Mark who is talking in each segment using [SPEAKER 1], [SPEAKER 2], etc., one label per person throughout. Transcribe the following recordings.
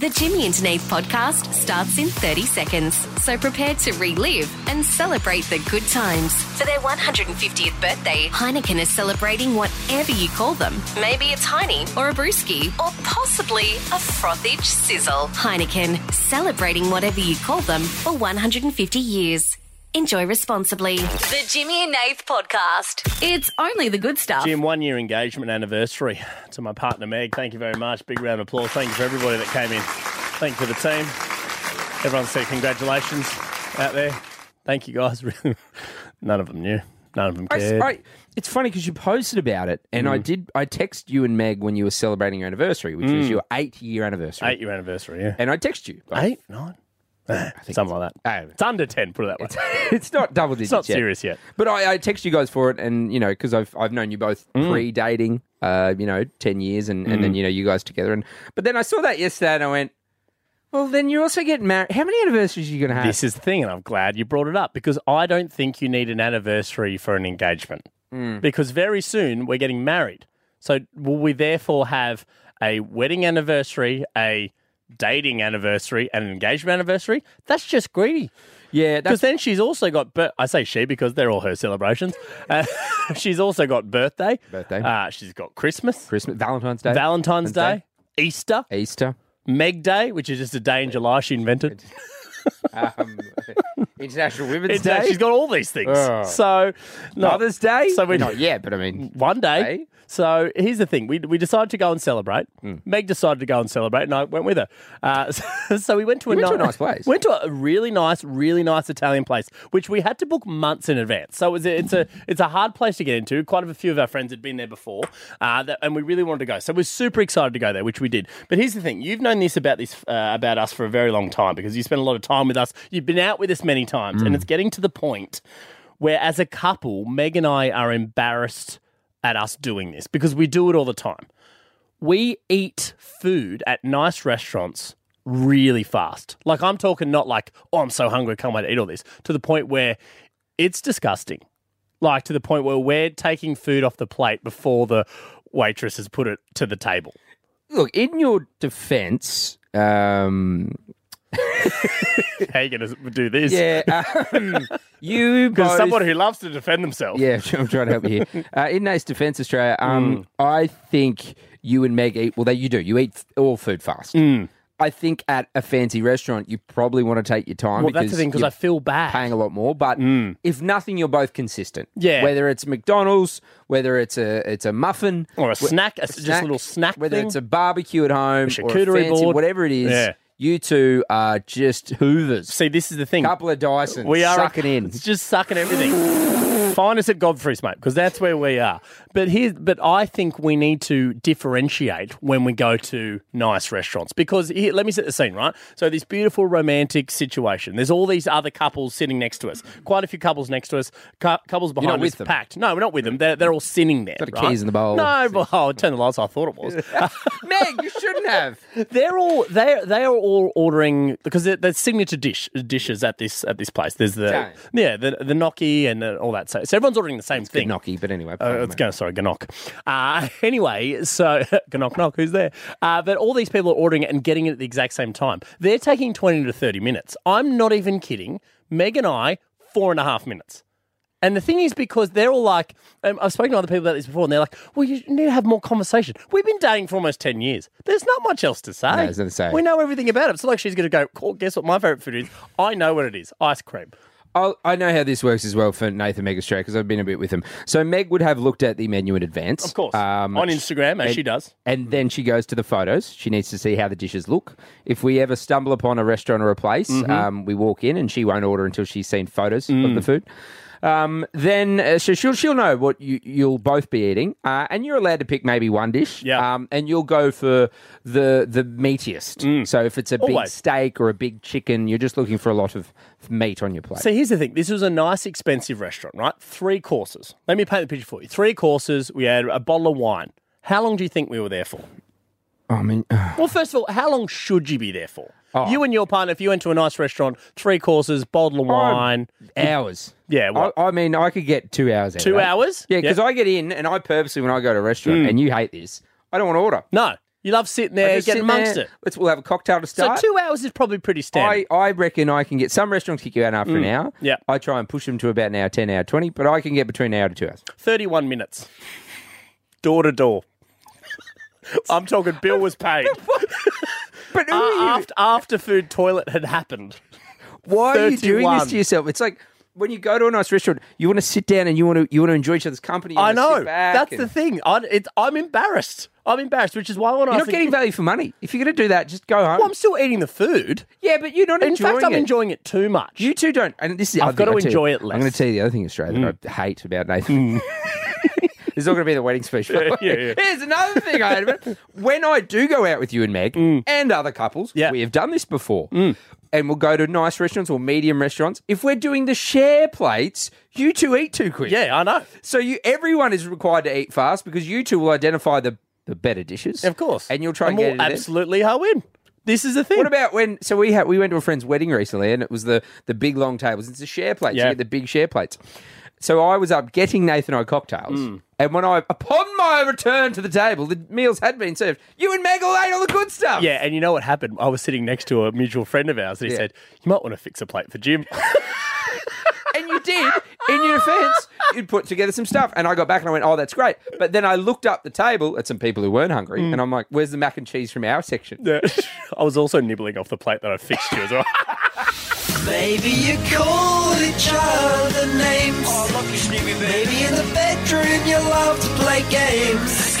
[SPEAKER 1] The Jimmy and Nate podcast starts in 30 seconds. So prepare to relive and celebrate the good times. For their 150th birthday, Heineken is celebrating whatever you call them. Maybe it's Heine or a brewski or possibly a frothage sizzle. Heineken, celebrating whatever you call them for 150 years. Enjoy responsibly. The Jimmy and Nath podcast. It's only the good stuff.
[SPEAKER 2] Jim, one year engagement anniversary to my partner Meg. Thank you very much. Big round of applause. Thank you for everybody that came in. Thank you to the team. Everyone said congratulations out there. Thank you guys. Really, None of them knew. None of them
[SPEAKER 3] I,
[SPEAKER 2] cared.
[SPEAKER 3] I- it's funny because you posted about it, and
[SPEAKER 2] Mm.
[SPEAKER 3] I did. I text you and Meg when you were celebrating your anniversary, which was your eight-year anniversary,
[SPEAKER 2] Eight Mm. year anniversary, yeah.
[SPEAKER 3] and I text you. Like,
[SPEAKER 2] Eight, nine, Eh, something like that.
[SPEAKER 3] I-
[SPEAKER 2] It's under ten. Put it that way.
[SPEAKER 3] it's not double digits.
[SPEAKER 2] It's not
[SPEAKER 3] yet.
[SPEAKER 2] serious yet.
[SPEAKER 3] But I, I text you guys for it, and you know, because I've I've known you both
[SPEAKER 2] Mm.
[SPEAKER 3] pre-dating, uh, you know, ten years, and, and then you know you guys together, and but then I saw that yesterday, and I went, well, then you're also getting married. How many anniversaries are you going to have?
[SPEAKER 2] This is the thing, and I'm glad you brought it up because I don't think you need an anniversary for an engagement.
[SPEAKER 3] Mm.
[SPEAKER 2] Because very soon we're getting married. So, will we therefore have a wedding anniversary, a dating anniversary, and an engagement anniversary? That's just greedy.
[SPEAKER 3] yeah,
[SPEAKER 2] Because
[SPEAKER 3] that's
[SPEAKER 2] then she's also got, bir- I say she because they're all her celebrations. Uh, she's also got birthday.
[SPEAKER 3] Birthday.
[SPEAKER 2] Uh, she's got Christmas,
[SPEAKER 3] Christmas, Valentine's Day,
[SPEAKER 2] Valentine's
[SPEAKER 3] Valentine's
[SPEAKER 2] Day, Easter,
[SPEAKER 3] Easter.
[SPEAKER 2] Meg Day, which is just a day in July she invented.
[SPEAKER 3] Um, International Women's
[SPEAKER 2] It's,
[SPEAKER 3] Day.
[SPEAKER 2] uh, she's got all these things.
[SPEAKER 3] Oh.
[SPEAKER 2] So, no.
[SPEAKER 3] Mother's Day.
[SPEAKER 2] So we-
[SPEAKER 3] not yet, but I mean,
[SPEAKER 2] one day.
[SPEAKER 3] Hey?
[SPEAKER 2] So here's the thing: we, we decided to go and celebrate.
[SPEAKER 3] Hmm.
[SPEAKER 2] Meg decided to go and celebrate, and I went with her. Uh, so, so we went to, a,
[SPEAKER 3] went to a
[SPEAKER 2] ni-
[SPEAKER 3] nice place.
[SPEAKER 2] Went to a really nice, really nice Italian place, which we had to book months in advance. So it was a, it's a it's a hard place to get into. Quite a few of our friends had been there before, uh, that, and we really wanted to go. So we're super excited to go there, which we did. But here's the thing: you've known this about this uh, about us for a very long time because you spent a lot of time with us. You've been out with us many times, and it's getting to the point where as a couple, Meg and I are embarrassed at us doing this because we do it all the time. We eat food at nice restaurants really fast. Like I'm talking not like, oh, I'm so hungry, can't wait to eat all this, to the point where it's disgusting. Like to the point where we're taking food off the plate before the waitress has put it to the table.
[SPEAKER 3] look, in your defense, um,
[SPEAKER 2] How are you going to do this?
[SPEAKER 3] yeah, um, you
[SPEAKER 2] Because
[SPEAKER 3] both-
[SPEAKER 2] someone who loves to defend themselves.
[SPEAKER 3] yeah, I'm trying to help you here. Uh, in Nate's defense, Australia,
[SPEAKER 2] Hmm.
[SPEAKER 3] um, I think you and Meg eat, well, they, you do, you eat all food fast.
[SPEAKER 2] Hmm.
[SPEAKER 3] I think at a fancy restaurant, you probably want to take your time
[SPEAKER 2] Well,
[SPEAKER 3] because
[SPEAKER 2] that's the thing because
[SPEAKER 3] you're
[SPEAKER 2] I feel bad. Hmm.
[SPEAKER 3] paying a lot more. But if nothing, you're both consistent.
[SPEAKER 2] Yeah.
[SPEAKER 3] Whether it's McDonald's, whether it's a it's a muffin
[SPEAKER 2] Or a
[SPEAKER 3] wh-
[SPEAKER 2] snack, a s- just a little snack
[SPEAKER 3] whether
[SPEAKER 2] thing.
[SPEAKER 3] it's a barbecue at home, or a
[SPEAKER 2] charcuterie
[SPEAKER 3] fancy-
[SPEAKER 2] board.
[SPEAKER 3] whatever it is,
[SPEAKER 2] Yeah.
[SPEAKER 3] you two are just Hoovers,
[SPEAKER 2] See, this is the thing.
[SPEAKER 3] couple of Dysons,
[SPEAKER 2] We are
[SPEAKER 3] sucking in.
[SPEAKER 2] It's just sucking everything. Find us at Godfrey's, mate, because that's where we are. But here, but I think we need to differentiate when we go to nice restaurants because here, let me set the scene, right? So this beautiful romantic situation. There's all these other couples sitting next to us. Quite a few couples next to us. Cou- couples behind
[SPEAKER 3] not
[SPEAKER 2] us,
[SPEAKER 3] with them.
[SPEAKER 2] packed. No, we're not with them. They're, they're all sitting there.
[SPEAKER 3] Got the
[SPEAKER 2] right?
[SPEAKER 3] keys in the bowl.
[SPEAKER 2] No, but oh, turn the lights. off, I thought it was.
[SPEAKER 3] Meg, you shouldn't have.
[SPEAKER 2] They're all they they are all ordering because they're, they're signature dish dishes at this at this place. There's the
[SPEAKER 3] Dang.
[SPEAKER 2] yeah the the gnocchi and uh, all that. So, so everyone's ordering the same thing.
[SPEAKER 3] Knocky, but anyway,
[SPEAKER 2] Uh, it's going sorry gnoc. Uh, anyway, so gnoc knock who's there? Uh, but all these people are ordering it and getting it at the exact same time. They're taking twenty to thirty minutes. I'm not even kidding. Meg and I four and a half minutes. And the thing is, because they're all like, um, I've spoken to other people about this before, and they're like, well, you need to have more conversation. We've been dating for almost 10 years. There's not much else to say.
[SPEAKER 3] No, there's nothing to say.
[SPEAKER 2] We know everything about it. It's not like she's going to go, "Cool, guess what my favorite food is? I know what it is ice cream.
[SPEAKER 3] I'll, I know how this works as well for Nathan Meg Australia because I've been a bit with him. So Meg would have looked at the menu in advance,
[SPEAKER 2] Of course.
[SPEAKER 3] um,
[SPEAKER 2] On Instagram, as she does.
[SPEAKER 3] and then she goes to the photos. She needs to see how the dishes look. If we ever stumble upon a restaurant or a place,
[SPEAKER 2] Mm-hmm.
[SPEAKER 3] um, we walk in and she won't order until she's seen photos
[SPEAKER 2] Mm.
[SPEAKER 3] of the food. Um, then uh, so she'll she'll know what you you'll both be eating, uh, and you're allowed to pick maybe one dish.
[SPEAKER 2] Yeah.
[SPEAKER 3] Um, and you'll go for the the meatiest. So if it's a big
[SPEAKER 2] Mm. Always.
[SPEAKER 3] steak or a big chicken, you're just looking for a lot of meat on your plate.
[SPEAKER 2] So here's the thing. This was a nice, expensive restaurant, right? Three courses. Let me paint the picture for you. Three courses. We had a bottle of wine. How long do you think we were there for?
[SPEAKER 3] Oh, I mean,
[SPEAKER 2] Well, first of all, how long should you be there for?
[SPEAKER 3] Oh.
[SPEAKER 2] You and your partner, if you went to a nice restaurant, three courses, bottle of wine.
[SPEAKER 3] hours.
[SPEAKER 2] yeah, well,
[SPEAKER 3] I, I mean, I could get two hours. out of
[SPEAKER 2] Two
[SPEAKER 3] that.
[SPEAKER 2] hours?
[SPEAKER 3] Yeah, because
[SPEAKER 2] Yeah. Mm.
[SPEAKER 3] I get in and I purposely, when I go to a restaurant, and you hate this, I don't want to order.
[SPEAKER 2] No. You You love sitting there,
[SPEAKER 3] Just
[SPEAKER 2] getting
[SPEAKER 3] sit there.
[SPEAKER 2] amongst it.
[SPEAKER 3] Let's we'll have a cocktail to
[SPEAKER 2] So
[SPEAKER 3] start.
[SPEAKER 2] two hours is probably pretty standard.
[SPEAKER 3] I, I reckon I can get some restaurants kick you out after an hour.
[SPEAKER 2] Mm. Yeah.
[SPEAKER 3] I try and push them to about an hour, ten hour, twenty, but I can get between an hour to two hours.
[SPEAKER 2] 31 minutes. Door to door. I'm talking bill was paid.
[SPEAKER 3] But who
[SPEAKER 2] Uh,
[SPEAKER 3] are you?
[SPEAKER 2] after, after food toilet had happened.
[SPEAKER 3] Why are you doing
[SPEAKER 2] 31.
[SPEAKER 3] this to yourself? It's like when you go to a nice restaurant, you want to sit down and you want to you want to enjoy each other's company. You
[SPEAKER 2] I
[SPEAKER 3] wanna
[SPEAKER 2] know.
[SPEAKER 3] sit back
[SPEAKER 2] That's
[SPEAKER 3] and-
[SPEAKER 2] the thing. I, it's, I'm embarrassed. I'm embarrassed, which is why when I
[SPEAKER 3] You're not
[SPEAKER 2] think-
[SPEAKER 3] getting value for money. If you're going to do that, just go home.
[SPEAKER 2] Well, I'm still eating the food.
[SPEAKER 3] yeah, but you're not
[SPEAKER 2] In
[SPEAKER 3] enjoying
[SPEAKER 2] fact, I'm
[SPEAKER 3] it.
[SPEAKER 2] enjoying it too much.
[SPEAKER 3] You two don't. And this is. the
[SPEAKER 2] I've
[SPEAKER 3] other thing
[SPEAKER 2] gotta
[SPEAKER 3] I'll tell you.
[SPEAKER 2] enjoy it less. Mm.
[SPEAKER 3] I'm going to tell you the other thing, Australia, that I hate about Nathan. This is not going to be the wedding speech. by the
[SPEAKER 2] yeah,
[SPEAKER 3] way.
[SPEAKER 2] yeah.
[SPEAKER 3] Here's another thing I hate about it. When I do go out with you and Meg and other couples,
[SPEAKER 2] Mm. Yeah. Mm.
[SPEAKER 3] we have done this before. And we'll go to nice restaurants or medium restaurants. If we're doing the share plates, you two eat too quick.
[SPEAKER 2] yeah, I know.
[SPEAKER 3] So you, everyone is required to eat fast because you two will identify the, the better dishes,
[SPEAKER 2] Of course.
[SPEAKER 3] and you'll try and,
[SPEAKER 2] we'll
[SPEAKER 3] get it. Absolutely.
[SPEAKER 2] absolutely how in. This is the thing.
[SPEAKER 3] What about when? So we had we went to a friend's wedding recently, and it was the the big long tables. It's the share plates.
[SPEAKER 2] Yeah.
[SPEAKER 3] You get the big share plates. So I was up getting Nathan and I cocktails,
[SPEAKER 2] Hmm.
[SPEAKER 3] and when I upon my return to the table, the meals had been served. You and Meg all ate all the good stuff.
[SPEAKER 2] yeah, and you know what happened? I was sitting next to a mutual friend of ours, and he
[SPEAKER 3] Yeah.
[SPEAKER 2] said, "You might want to fix a plate for Jim."
[SPEAKER 3] And you did, in your defense, you'd put together some stuff. And I got back and I went, oh, that's great. But then I looked up the table at some people who weren't hungry and I'm like, where's the mac and cheese from our section?
[SPEAKER 2] Hmm. Yeah. I was also nibbling off the plate that I fixed you as well.
[SPEAKER 4] Maybe you called each other names. Oh, lucky Maybe in the bedroom you love to play games.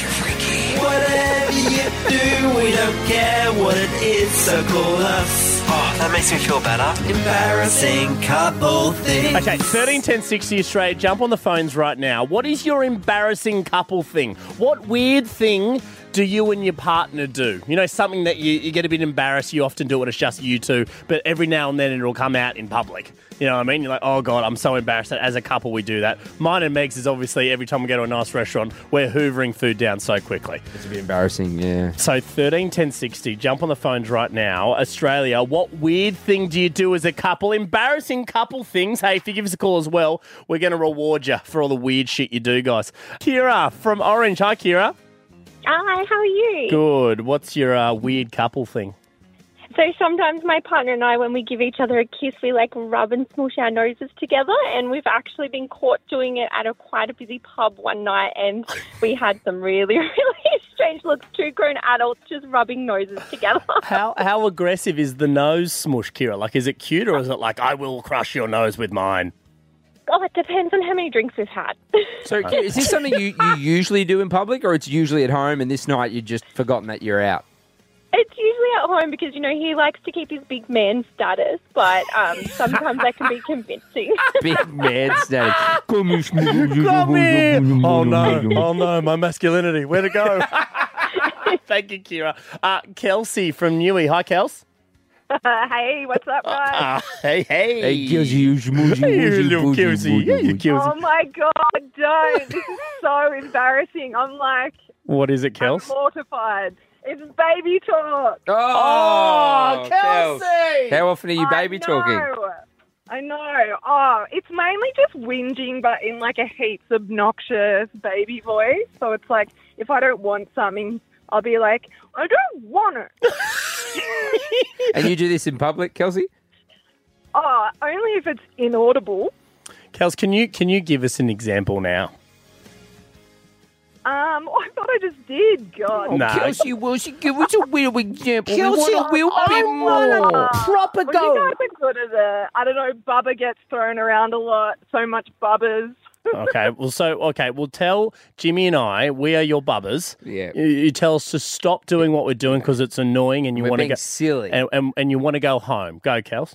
[SPEAKER 4] Whatever you do, we don't care what it is, so call us. Oh, that makes me feel better. Embarrassing couple things.
[SPEAKER 2] Okay, 13 10 60 Australia, jump on the phones right now. What is your embarrassing couple thing? What weird thing do you and your partner do? You know, something that you, you get a bit embarrassed, you often do it, it's just you two, but every now and then it'll come out in public. You know what I mean? You're like, oh God, I'm so embarrassed that as a couple we do that. Mine and Meg's is obviously every time we go to a nice restaurant, we're hoovering food down so quickly.
[SPEAKER 3] It's a bit embarrassing, yeah.
[SPEAKER 2] So 13 10 60, jump on the phones right now. Australia, what weird thing do you do as a couple? Embarrassing couple things. Hey, if you give us a call as well, we're going to reward you for all the weird shit you do, guys. Kira from Orange. Hi, Kira.
[SPEAKER 5] Hi, how are you?
[SPEAKER 2] Good. What's your uh, weird couple thing?
[SPEAKER 5] So sometimes my partner and I, when we give each other a kiss, we like rub and smoosh our noses together, and we've actually been caught doing it at a quite a busy pub one night, and we had some really, really strange looks. Two grown adults just rubbing noses together.
[SPEAKER 2] How, how aggressive is the nose smush, Kira? Like, is it cute or is it like, I will crush your nose with mine?
[SPEAKER 5] oh, it depends on how many drinks we've had.
[SPEAKER 3] So is this something you, you usually do in public or it's usually at home and this night you've just forgotten that you're out?
[SPEAKER 5] It's usually at home because you know he likes to keep his big man status, but um, sometimes that can be convincing.
[SPEAKER 3] Big man stage. Come here.
[SPEAKER 2] Come here. Oh no! Oh no! My masculinity. Where to go? Thank you, Kira. Uh, Kelsey from Newey. Hi, Kels.
[SPEAKER 5] hey, what's up, guys?
[SPEAKER 2] Uh, hey, hey.
[SPEAKER 3] Hey, Kelsey, you smoozy,
[SPEAKER 2] Hey,
[SPEAKER 3] woozy,
[SPEAKER 2] little
[SPEAKER 3] woozy,
[SPEAKER 2] Kelsey.
[SPEAKER 3] woozy,
[SPEAKER 2] Yeah, you
[SPEAKER 3] woozy.
[SPEAKER 2] Kelsey.
[SPEAKER 6] Oh
[SPEAKER 5] Um,
[SPEAKER 6] my god, don't! This is so embarrassing. I'm like
[SPEAKER 2] What is it,
[SPEAKER 6] I'm
[SPEAKER 2] Kels?
[SPEAKER 6] mortified. It's baby talk.
[SPEAKER 3] Oh, Kels. How often are you
[SPEAKER 6] I
[SPEAKER 3] baby
[SPEAKER 6] know.
[SPEAKER 3] talking?
[SPEAKER 6] I know. Oh, it's mainly just whinging, but in like a heaps obnoxious baby voice. So it's like if I don't want something, I'll be like, I don't want it.
[SPEAKER 3] And you do this in public, Kelsey?
[SPEAKER 6] oh, only if it's inaudible.
[SPEAKER 2] Kels, can you can you give us an example now?
[SPEAKER 6] Um, I thought I just did. God.
[SPEAKER 2] No.
[SPEAKER 3] Oh, Kelsey, well, she give us a real example. we
[SPEAKER 2] Kelsey,
[SPEAKER 3] want a real
[SPEAKER 6] I
[SPEAKER 3] bit
[SPEAKER 6] wanna-
[SPEAKER 3] more.
[SPEAKER 2] Proper
[SPEAKER 6] Well, you guys are good at it. I don't know. Bubba gets thrown around a lot. So much bubbers.
[SPEAKER 2] okay. Well, so okay. Well, tell Jimmy and I we are your bubbers.
[SPEAKER 3] Yeah.
[SPEAKER 2] You, you tell us to stop doing what we're doing because it's annoying, and you
[SPEAKER 3] We're
[SPEAKER 2] want to
[SPEAKER 3] being
[SPEAKER 2] go
[SPEAKER 3] silly.
[SPEAKER 2] and, and and you want to go home. Go, Kels.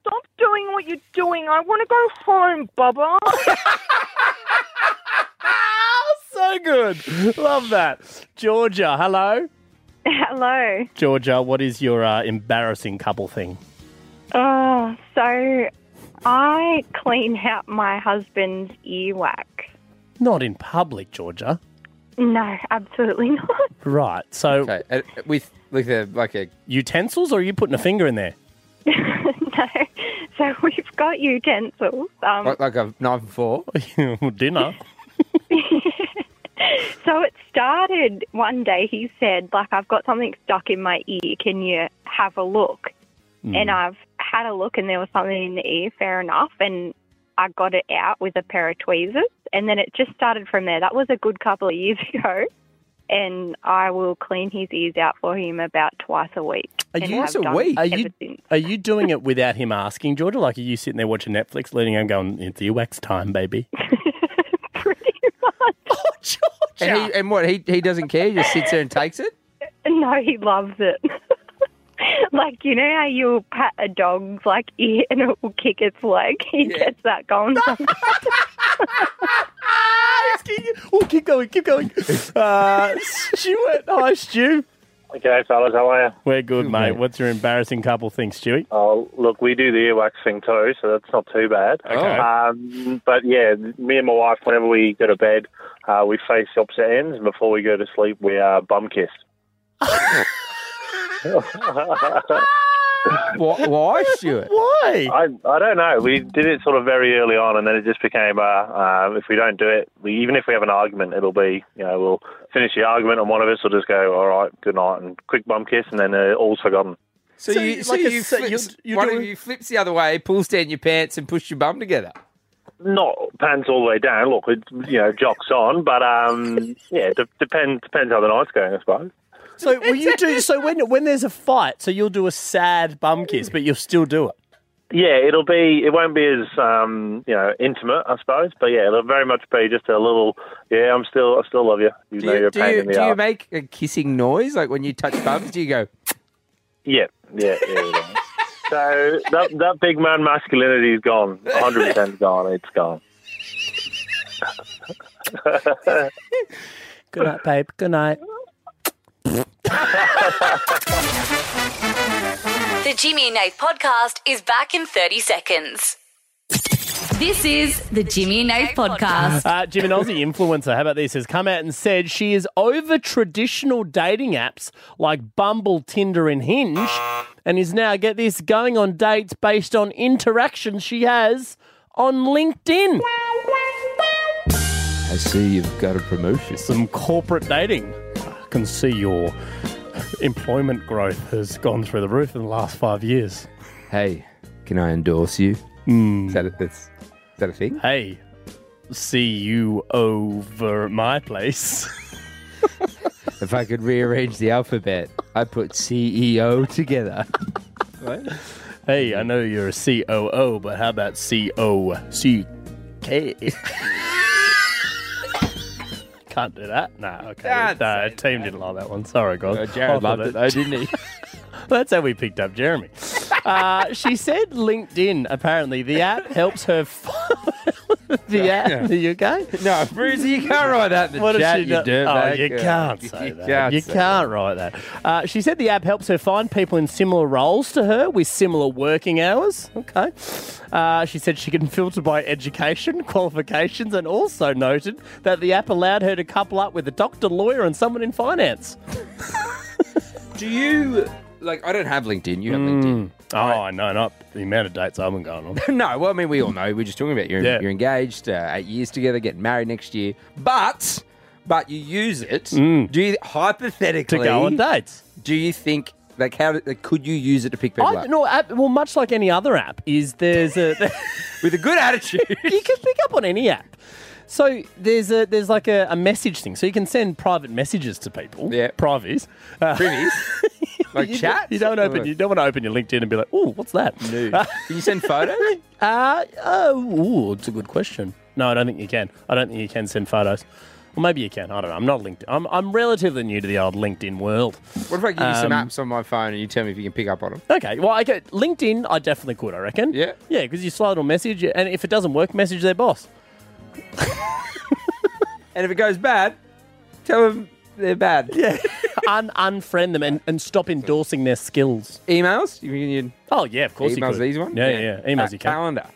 [SPEAKER 6] Stop doing what you're doing. I want to go home, Bubba.
[SPEAKER 2] So good. Love that. Georgia, hello.
[SPEAKER 7] Hello.
[SPEAKER 2] Georgia, what is your uh, embarrassing couple thing?
[SPEAKER 7] Oh, so I clean out my husband's earwax.
[SPEAKER 2] Not in public, Georgia.
[SPEAKER 7] No, absolutely not.
[SPEAKER 2] Right. So
[SPEAKER 3] Okay, uh, with with a like a
[SPEAKER 2] utensils, or are you putting a finger in there?
[SPEAKER 7] no. So we've got utensils. Um,
[SPEAKER 3] like, like a knife and fork.
[SPEAKER 2] Dinner.
[SPEAKER 7] So it started one day. He said, like, I've got something stuck in my ear. Can you have a look?
[SPEAKER 3] Mm.
[SPEAKER 7] And
[SPEAKER 8] uh,
[SPEAKER 7] I've had a look, and there was something in the ear, fair enough. And I got it out with a pair of tweezers. And then it just started from there. That was a good couple of years ago. And I will clean his ears out for him about twice a week.
[SPEAKER 2] Are
[SPEAKER 7] and
[SPEAKER 2] you-
[SPEAKER 7] have
[SPEAKER 3] Twice a
[SPEAKER 7] done
[SPEAKER 3] week?
[SPEAKER 2] Are
[SPEAKER 7] ever
[SPEAKER 2] you
[SPEAKER 7] since.
[SPEAKER 2] are you doing it without him asking, Georgia? Like, are you sitting there watching Netflix, leaning and going, "It's earwax time, baby"?
[SPEAKER 7] Pretty much.
[SPEAKER 2] Oh, Georgia!
[SPEAKER 3] And, he, and what he he doesn't care. He just sits there and takes it.
[SPEAKER 7] No, he loves it. like, you know how you'll pat a dog's, like, ear and it will kick its leg? He gets that going.
[SPEAKER 2] oh, keep going, keep going. Uh, Stuart, hi, Stu.
[SPEAKER 9] Okay, fellas, how are you?
[SPEAKER 2] We're good,
[SPEAKER 3] mate.
[SPEAKER 2] mate. What's your embarrassing couple thing, Stewie?
[SPEAKER 9] Oh, look, we do the earwax thing too, so that's not too bad.
[SPEAKER 2] Okay.
[SPEAKER 9] Um, but yeah, me and my wife, whenever we go to bed, uh, we face opposite ends, and before we go to sleep, we are bum kissed.
[SPEAKER 3] Why, why Stuart?
[SPEAKER 2] Why?
[SPEAKER 9] I I don't know. We did it sort of very early on, and then it just became uh, uh, if we don't do it, we, even if we have an argument, it'll be you know we'll finish the argument, and one of us will just go, all right, good night, and quick bum kiss, and then uh, all's forgotten.
[SPEAKER 3] So,
[SPEAKER 2] So
[SPEAKER 3] you, so
[SPEAKER 2] like I
[SPEAKER 3] you,
[SPEAKER 2] said,
[SPEAKER 3] flips,
[SPEAKER 2] you're- you're
[SPEAKER 3] one of
[SPEAKER 2] doing-
[SPEAKER 3] you flips the other way, pulls down your pants, and pushes your bum together.
[SPEAKER 9] not pants all the way down. Look, it, you know, jocks on, but um, yeah, de- depends depends how the night's going, I suppose.
[SPEAKER 2] So will you do? So when when there's a fight, so you'll do a sad bum kiss, but you'll still do it.
[SPEAKER 9] Yeah, it'll be it won't be as um, you know intimate, I suppose, but yeah, it'll very much be just a little. Yeah, I'm still I still love you. You
[SPEAKER 3] Do
[SPEAKER 9] know,
[SPEAKER 3] you,
[SPEAKER 9] you're a
[SPEAKER 3] do,
[SPEAKER 9] pain
[SPEAKER 3] you,
[SPEAKER 9] in the
[SPEAKER 3] do you
[SPEAKER 9] ass.
[SPEAKER 3] make a kissing noise like when you touch bums? Do you go?
[SPEAKER 9] yeah, yeah, yeah. yeah. so that that big man masculinity's gone, 100 percent gone. It's gone.
[SPEAKER 2] Good night, babe. Good night.
[SPEAKER 10] The Jimmy and Nath podcast is back in 30 seconds. This is the Jimmy and Nath podcast.
[SPEAKER 2] Uh, Jim, an Aussie influencer, how about this, has come out and said she is over traditional dating apps like Bumble, Tinder, and Hinge, and is now, get this, going on dates based on interactions she has on LinkedIn.
[SPEAKER 3] I see you've got a promotion.
[SPEAKER 2] Some corporate dating. I can see your employment growth has gone through the roof in the last five years.
[SPEAKER 3] Hey, can I endorse you? Is, that a, that's, is that a thing?
[SPEAKER 2] Hey, see you over at my place.
[SPEAKER 3] If I could rearrange the alphabet, I'd put E CEO together.
[SPEAKER 2] Hey, I know you're a COO, but how about C-O-C-K? Can't do that. No, okay.
[SPEAKER 3] Can't
[SPEAKER 2] no,
[SPEAKER 3] say
[SPEAKER 2] team didn't like that one. Sorry, guys.
[SPEAKER 3] Uh,
[SPEAKER 2] I
[SPEAKER 3] Jared
[SPEAKER 2] thought
[SPEAKER 3] loved it
[SPEAKER 2] that-
[SPEAKER 3] though, didn't he?
[SPEAKER 2] That's how we picked up Jeremy. Uh, she said LinkedIn. Apparently, the app helps her. F- the app. There you go.
[SPEAKER 3] no, Brucey, you can't write that in the
[SPEAKER 2] What did
[SPEAKER 3] chat,
[SPEAKER 2] she
[SPEAKER 3] you
[SPEAKER 2] do?
[SPEAKER 3] dirtbag.
[SPEAKER 2] Oh, you
[SPEAKER 3] Uh,
[SPEAKER 2] can't say that. You can't,
[SPEAKER 3] can't say
[SPEAKER 2] write that. Uh, she said the app helps her find people in similar roles to her with similar working hours. Okay. Uh, she said she can filter by education, qualifications, and also noted that the app allowed her to couple up with a doctor, lawyer, and someone in finance.
[SPEAKER 3] Do you like? I don't have LinkedIn. You have LinkedIn.
[SPEAKER 2] Oh, no, not the amount of dates I've been going on.
[SPEAKER 3] No, well, I mean, we all know. We're just talking about you're,
[SPEAKER 2] Yeah.
[SPEAKER 3] you're engaged, uh, eight years together, getting married next year. But, but you use it. Do you
[SPEAKER 2] Mm. to
[SPEAKER 3] hypothetically
[SPEAKER 2] go on dates.
[SPEAKER 3] Do you think like how do- like, could you use it to pick people
[SPEAKER 2] I,
[SPEAKER 3] up
[SPEAKER 2] no, app, well, much like any other app, is there's a.
[SPEAKER 3] with a good attitude?
[SPEAKER 2] you can pick up on any app. So there's a there's like a, a message thing. So you can send private messages to people.
[SPEAKER 3] Yeah.
[SPEAKER 2] privates. Uh,
[SPEAKER 3] Privies. like
[SPEAKER 2] you,
[SPEAKER 3] chat.
[SPEAKER 2] You don't open. You don't want to open your LinkedIn and be like, "Oh, what's that?"
[SPEAKER 3] Can you send photos?
[SPEAKER 2] Uh, oh, ooh, it's a good question. No, I don't think you can. I don't think you can send photos. Well, maybe you can. I don't know. I'm not LinkedIn. I'm I'm relatively new to the old LinkedIn world.
[SPEAKER 3] What if I give you some
[SPEAKER 2] Um,
[SPEAKER 3] apps on my phone and you tell me if you can pick up on them?
[SPEAKER 2] Okay. Well, I get LinkedIn. I definitely could. I reckon.
[SPEAKER 3] Yeah.
[SPEAKER 2] Yeah, because you slide a message, and if it doesn't work, message their boss.
[SPEAKER 3] And if it goes bad, tell them they're bad.
[SPEAKER 2] Yeah. Un- unfriend them and, and stop endorsing their skills.
[SPEAKER 3] Emails? You can you
[SPEAKER 2] Oh yeah, of course. you
[SPEAKER 3] emails
[SPEAKER 2] could.
[SPEAKER 3] these one?
[SPEAKER 2] Yeah, yeah, yeah. Emails
[SPEAKER 3] Uh,
[SPEAKER 2] you can.
[SPEAKER 3] Calendar.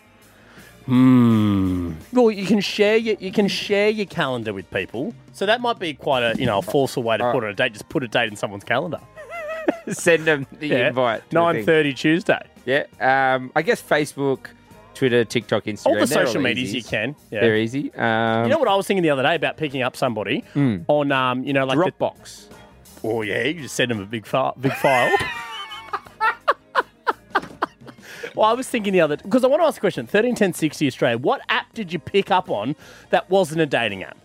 [SPEAKER 3] Hmm.
[SPEAKER 2] Well, you can share your you can share your calendar with people. So that might be quite a you know a forceful way to put on a date. Just put a date in someone's calendar.
[SPEAKER 3] Oh. Send them the invite. to the
[SPEAKER 2] Nine
[SPEAKER 3] thing.
[SPEAKER 2] thirty Tuesday.
[SPEAKER 3] Yeah. Um, I guess Facebook, Twitter, TikTok, Instagram.
[SPEAKER 2] All the
[SPEAKER 3] They're
[SPEAKER 2] social medias
[SPEAKER 3] easies.
[SPEAKER 2] you can, yeah.
[SPEAKER 3] They're easy. Um,
[SPEAKER 2] you know what I was thinking the other day about picking up somebody
[SPEAKER 3] Mm.
[SPEAKER 2] on, um, you know, like the-
[SPEAKER 3] Dropbox.
[SPEAKER 2] oh yeah, you just send them a big file. Big file. well, I was thinking the other because I want to ask a question. Thirteen ten sixty Australia. What app did you pick up on that wasn't a dating app?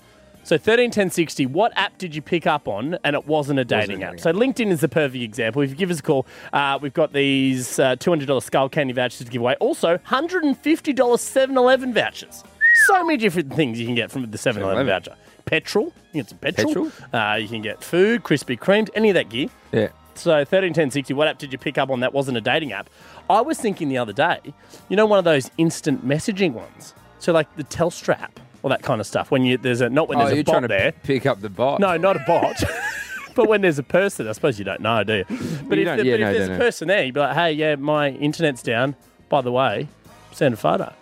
[SPEAKER 2] So thirteen ten sixty. What app did you pick up on and it wasn't a dating app? So LinkedIn is the perfect example. If you give us a call, uh, we've got these uh, two hundred dollars skull candy vouchers to give away. Also, hundred and fifty dollars 7-Eleven vouchers. So many different things you can get from the 7-Eleven
[SPEAKER 3] 7-Eleven.
[SPEAKER 2] voucher. Petrol, you can get some petrol. Uh, you can get food, Krispy Kremes, any of that gear.
[SPEAKER 3] Yeah.
[SPEAKER 2] So thirteen ten sixty. What app did you pick up on that wasn't a dating app? I was thinking the other day, you know, one of those instant messaging ones. So like the Telstra app, all that kind of stuff. When you there's a not when
[SPEAKER 3] oh,
[SPEAKER 2] there's
[SPEAKER 3] you're
[SPEAKER 2] a bot
[SPEAKER 3] trying to
[SPEAKER 2] there.
[SPEAKER 3] p- pick up the bot.
[SPEAKER 2] No, not a bot. but when there's a person, I suppose you don't know, do you? But
[SPEAKER 3] You
[SPEAKER 2] if,
[SPEAKER 3] don't-
[SPEAKER 2] the-
[SPEAKER 3] yeah,
[SPEAKER 2] but
[SPEAKER 3] no,
[SPEAKER 2] if there's
[SPEAKER 3] don't
[SPEAKER 2] a
[SPEAKER 3] know.
[SPEAKER 2] person there, you'd be like, hey, yeah, my internet's down. By the way, send a photo.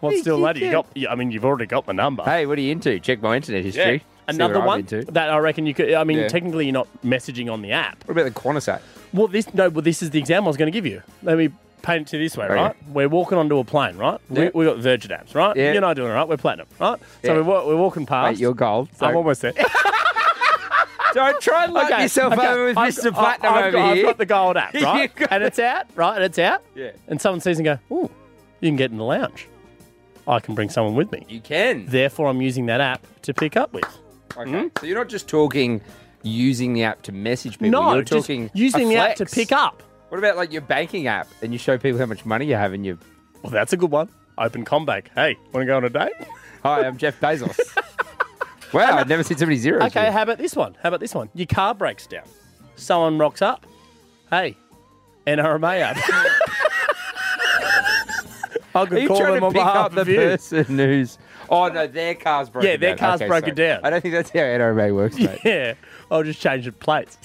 [SPEAKER 2] What's still later? You got. you- I mean, you've already got my number.
[SPEAKER 3] Hey, what are you into? Check my internet
[SPEAKER 2] Yeah.
[SPEAKER 3] history. See
[SPEAKER 2] Another
[SPEAKER 3] what I'm
[SPEAKER 2] one
[SPEAKER 3] into.
[SPEAKER 2] that I reckon you could. I mean,
[SPEAKER 3] Yeah.
[SPEAKER 2] technically, you're not messaging on the app.
[SPEAKER 3] What about the Qantas app?
[SPEAKER 2] Well, this no. Well, this is the example I was going to give you. Let me paint it to you this way,
[SPEAKER 3] Okay.
[SPEAKER 2] right? We're walking onto a plane, right?
[SPEAKER 3] Yeah.
[SPEAKER 2] We, we got Virgin apps, right?
[SPEAKER 3] Yeah.
[SPEAKER 2] You and I are doing all right. We're platinum, right? So
[SPEAKER 3] Yeah.
[SPEAKER 2] we're, wa- we're walking past.
[SPEAKER 3] Mate, you're gold.
[SPEAKER 2] I'm almost there.
[SPEAKER 3] Don't try and lock yourself
[SPEAKER 2] okay,
[SPEAKER 3] over with
[SPEAKER 2] I've-
[SPEAKER 3] Mr. Platinum
[SPEAKER 2] I've,
[SPEAKER 3] over
[SPEAKER 2] got,
[SPEAKER 3] here.
[SPEAKER 2] I've got the gold app, right?
[SPEAKER 3] You got
[SPEAKER 2] and
[SPEAKER 3] it.
[SPEAKER 2] it's out, right? And it's out.
[SPEAKER 3] Yeah.
[SPEAKER 2] And someone sees and go, "Ooh, you can get in the lounge. I can bring someone with me."
[SPEAKER 3] You can.
[SPEAKER 2] Therefore, I'm using that app to pick up with.
[SPEAKER 3] Okay.
[SPEAKER 2] Hmm?
[SPEAKER 3] So you're not just talking using the app to message people.
[SPEAKER 2] no,
[SPEAKER 3] you're
[SPEAKER 2] just
[SPEAKER 3] talking
[SPEAKER 2] using
[SPEAKER 3] a
[SPEAKER 2] the app to
[SPEAKER 3] flex.
[SPEAKER 2] pick up.
[SPEAKER 3] What about like your banking app and you show people how much money you have in your
[SPEAKER 2] Well, that's a good one. Open Combank. Hey, want to go on a date?
[SPEAKER 3] Hi, I'm Jeff Bezos. wow, I've never seen so many zeros.
[SPEAKER 2] Okay,
[SPEAKER 3] here.
[SPEAKER 2] how about this one? How about this one? Your car breaks down. Someone rocks up. Hey, NRMA app. I
[SPEAKER 3] Are
[SPEAKER 2] could
[SPEAKER 3] you
[SPEAKER 2] call
[SPEAKER 3] trying
[SPEAKER 2] them
[SPEAKER 3] to
[SPEAKER 2] on
[SPEAKER 3] pick
[SPEAKER 2] behalf
[SPEAKER 3] up
[SPEAKER 2] of
[SPEAKER 3] the
[SPEAKER 2] you.
[SPEAKER 3] person who's? Oh no, their car's broken.
[SPEAKER 2] Yeah, their
[SPEAKER 3] down.
[SPEAKER 2] car's broken
[SPEAKER 3] sorry.
[SPEAKER 2] down.
[SPEAKER 3] I don't think that's how NRMA works, mate.
[SPEAKER 2] Yeah, I'll just change the plates.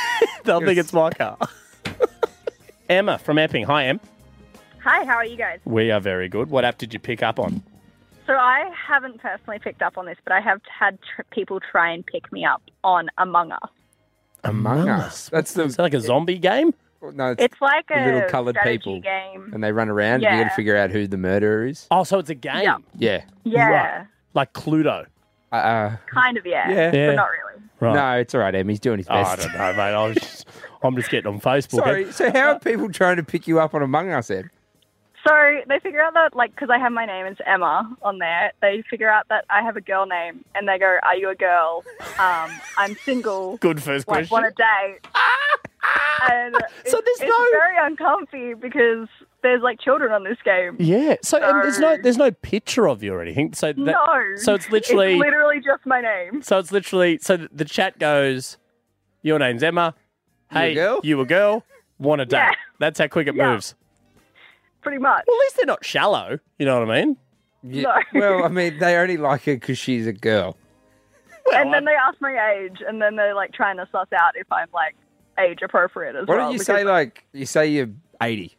[SPEAKER 2] They'll think
[SPEAKER 3] Yes.
[SPEAKER 2] it's my car. Emma from Epping. Hi, Em.
[SPEAKER 11] Hi, how are you guys?
[SPEAKER 2] We are very good. What app did you pick up on?
[SPEAKER 11] So I haven't personally picked up on this, but I have had tr- people try and pick me up on Among Us.
[SPEAKER 3] Among Us. That's
[SPEAKER 2] Is
[SPEAKER 3] the
[SPEAKER 2] that like a zombie game?
[SPEAKER 3] no. It's,
[SPEAKER 11] It's like
[SPEAKER 3] The
[SPEAKER 11] a
[SPEAKER 3] little coloured
[SPEAKER 11] strategy
[SPEAKER 3] people.
[SPEAKER 11] game.
[SPEAKER 3] and they run around and you got
[SPEAKER 11] Yeah.
[SPEAKER 3] to figure out who the murderer is.
[SPEAKER 2] Oh, so it's a game.
[SPEAKER 11] Yeah.
[SPEAKER 3] Yeah.
[SPEAKER 11] Yeah,
[SPEAKER 2] Right. Like Cluedo.
[SPEAKER 3] Uh, uh,
[SPEAKER 11] kind of. Yeah,
[SPEAKER 3] Yeah.
[SPEAKER 2] Yeah.
[SPEAKER 11] but not really.
[SPEAKER 2] Right.
[SPEAKER 3] No, it's all right, Em. He's doing his
[SPEAKER 2] Oh, I
[SPEAKER 3] best.
[SPEAKER 2] don't know, mate. I was just, I'm just getting on Facebook.
[SPEAKER 3] Sorry. So how are people trying to pick you up on Among Us, Em?
[SPEAKER 11] So they figure out that, like, because I have my name as Emma on there, they figure out that I have a girl name, and they go, "Are you a girl? Um, I'm single.
[SPEAKER 2] Good first
[SPEAKER 11] like,
[SPEAKER 2] question.
[SPEAKER 11] want a date?" and
[SPEAKER 2] So
[SPEAKER 11] it's-
[SPEAKER 2] there's
[SPEAKER 11] it's
[SPEAKER 2] no-
[SPEAKER 11] very uncomfy because there's like children on this game.
[SPEAKER 2] Yeah. So and there's no
[SPEAKER 11] No.
[SPEAKER 2] there's no picture of you or anything. So that,
[SPEAKER 11] no.
[SPEAKER 2] So it's literally
[SPEAKER 11] literally just my name.
[SPEAKER 2] so it's literally so th- the chat goes, your name's Emma.
[SPEAKER 3] You a
[SPEAKER 2] Hey,
[SPEAKER 3] girl?"
[SPEAKER 2] you a girl? Want a date?
[SPEAKER 11] Yeah.
[SPEAKER 2] That's how quick it
[SPEAKER 11] Yeah.
[SPEAKER 2] moves.
[SPEAKER 11] Pretty much.
[SPEAKER 2] Well, at least they're not shallow. You know what I mean?
[SPEAKER 3] Yeah.
[SPEAKER 11] No.
[SPEAKER 3] Well, I mean, they only like her because she's a girl.
[SPEAKER 11] and then they ask my age, and then they're like trying to suss out if I'm like age appropriate as
[SPEAKER 3] Why
[SPEAKER 11] well.
[SPEAKER 3] don't you
[SPEAKER 11] because-
[SPEAKER 3] say like you say you're eighty?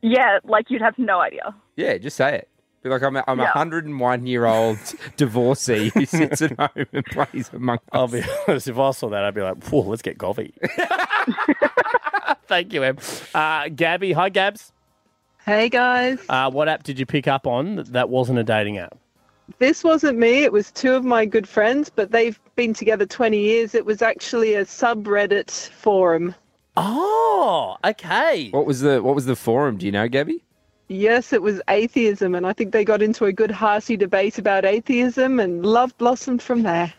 [SPEAKER 11] Yeah, like you'd have no idea.
[SPEAKER 3] Yeah, just say it. Be like I'm a, I'm a
[SPEAKER 11] Yeah.
[SPEAKER 3] hundred and one year old divorcee who sits at home and plays Among Us.
[SPEAKER 2] I'll be honest. If I saw that, I'd be like, "Whoa, Oh, let's get Govy." Thank you, Em. Uh, Gabby, hi, Gabs.
[SPEAKER 12] Hey guys,
[SPEAKER 2] Uh, what app did you pick up on that- that wasn't a dating app?
[SPEAKER 12] this wasn't me. It was two of my good friends, but they've been together 20 years. It was actually a subreddit forum.
[SPEAKER 2] Oh, okay.
[SPEAKER 3] What was the what was the forum? Do you know, Gabby?
[SPEAKER 12] Yes, it was atheism, and I think they got into a good hearty debate about atheism, and love blossomed from there.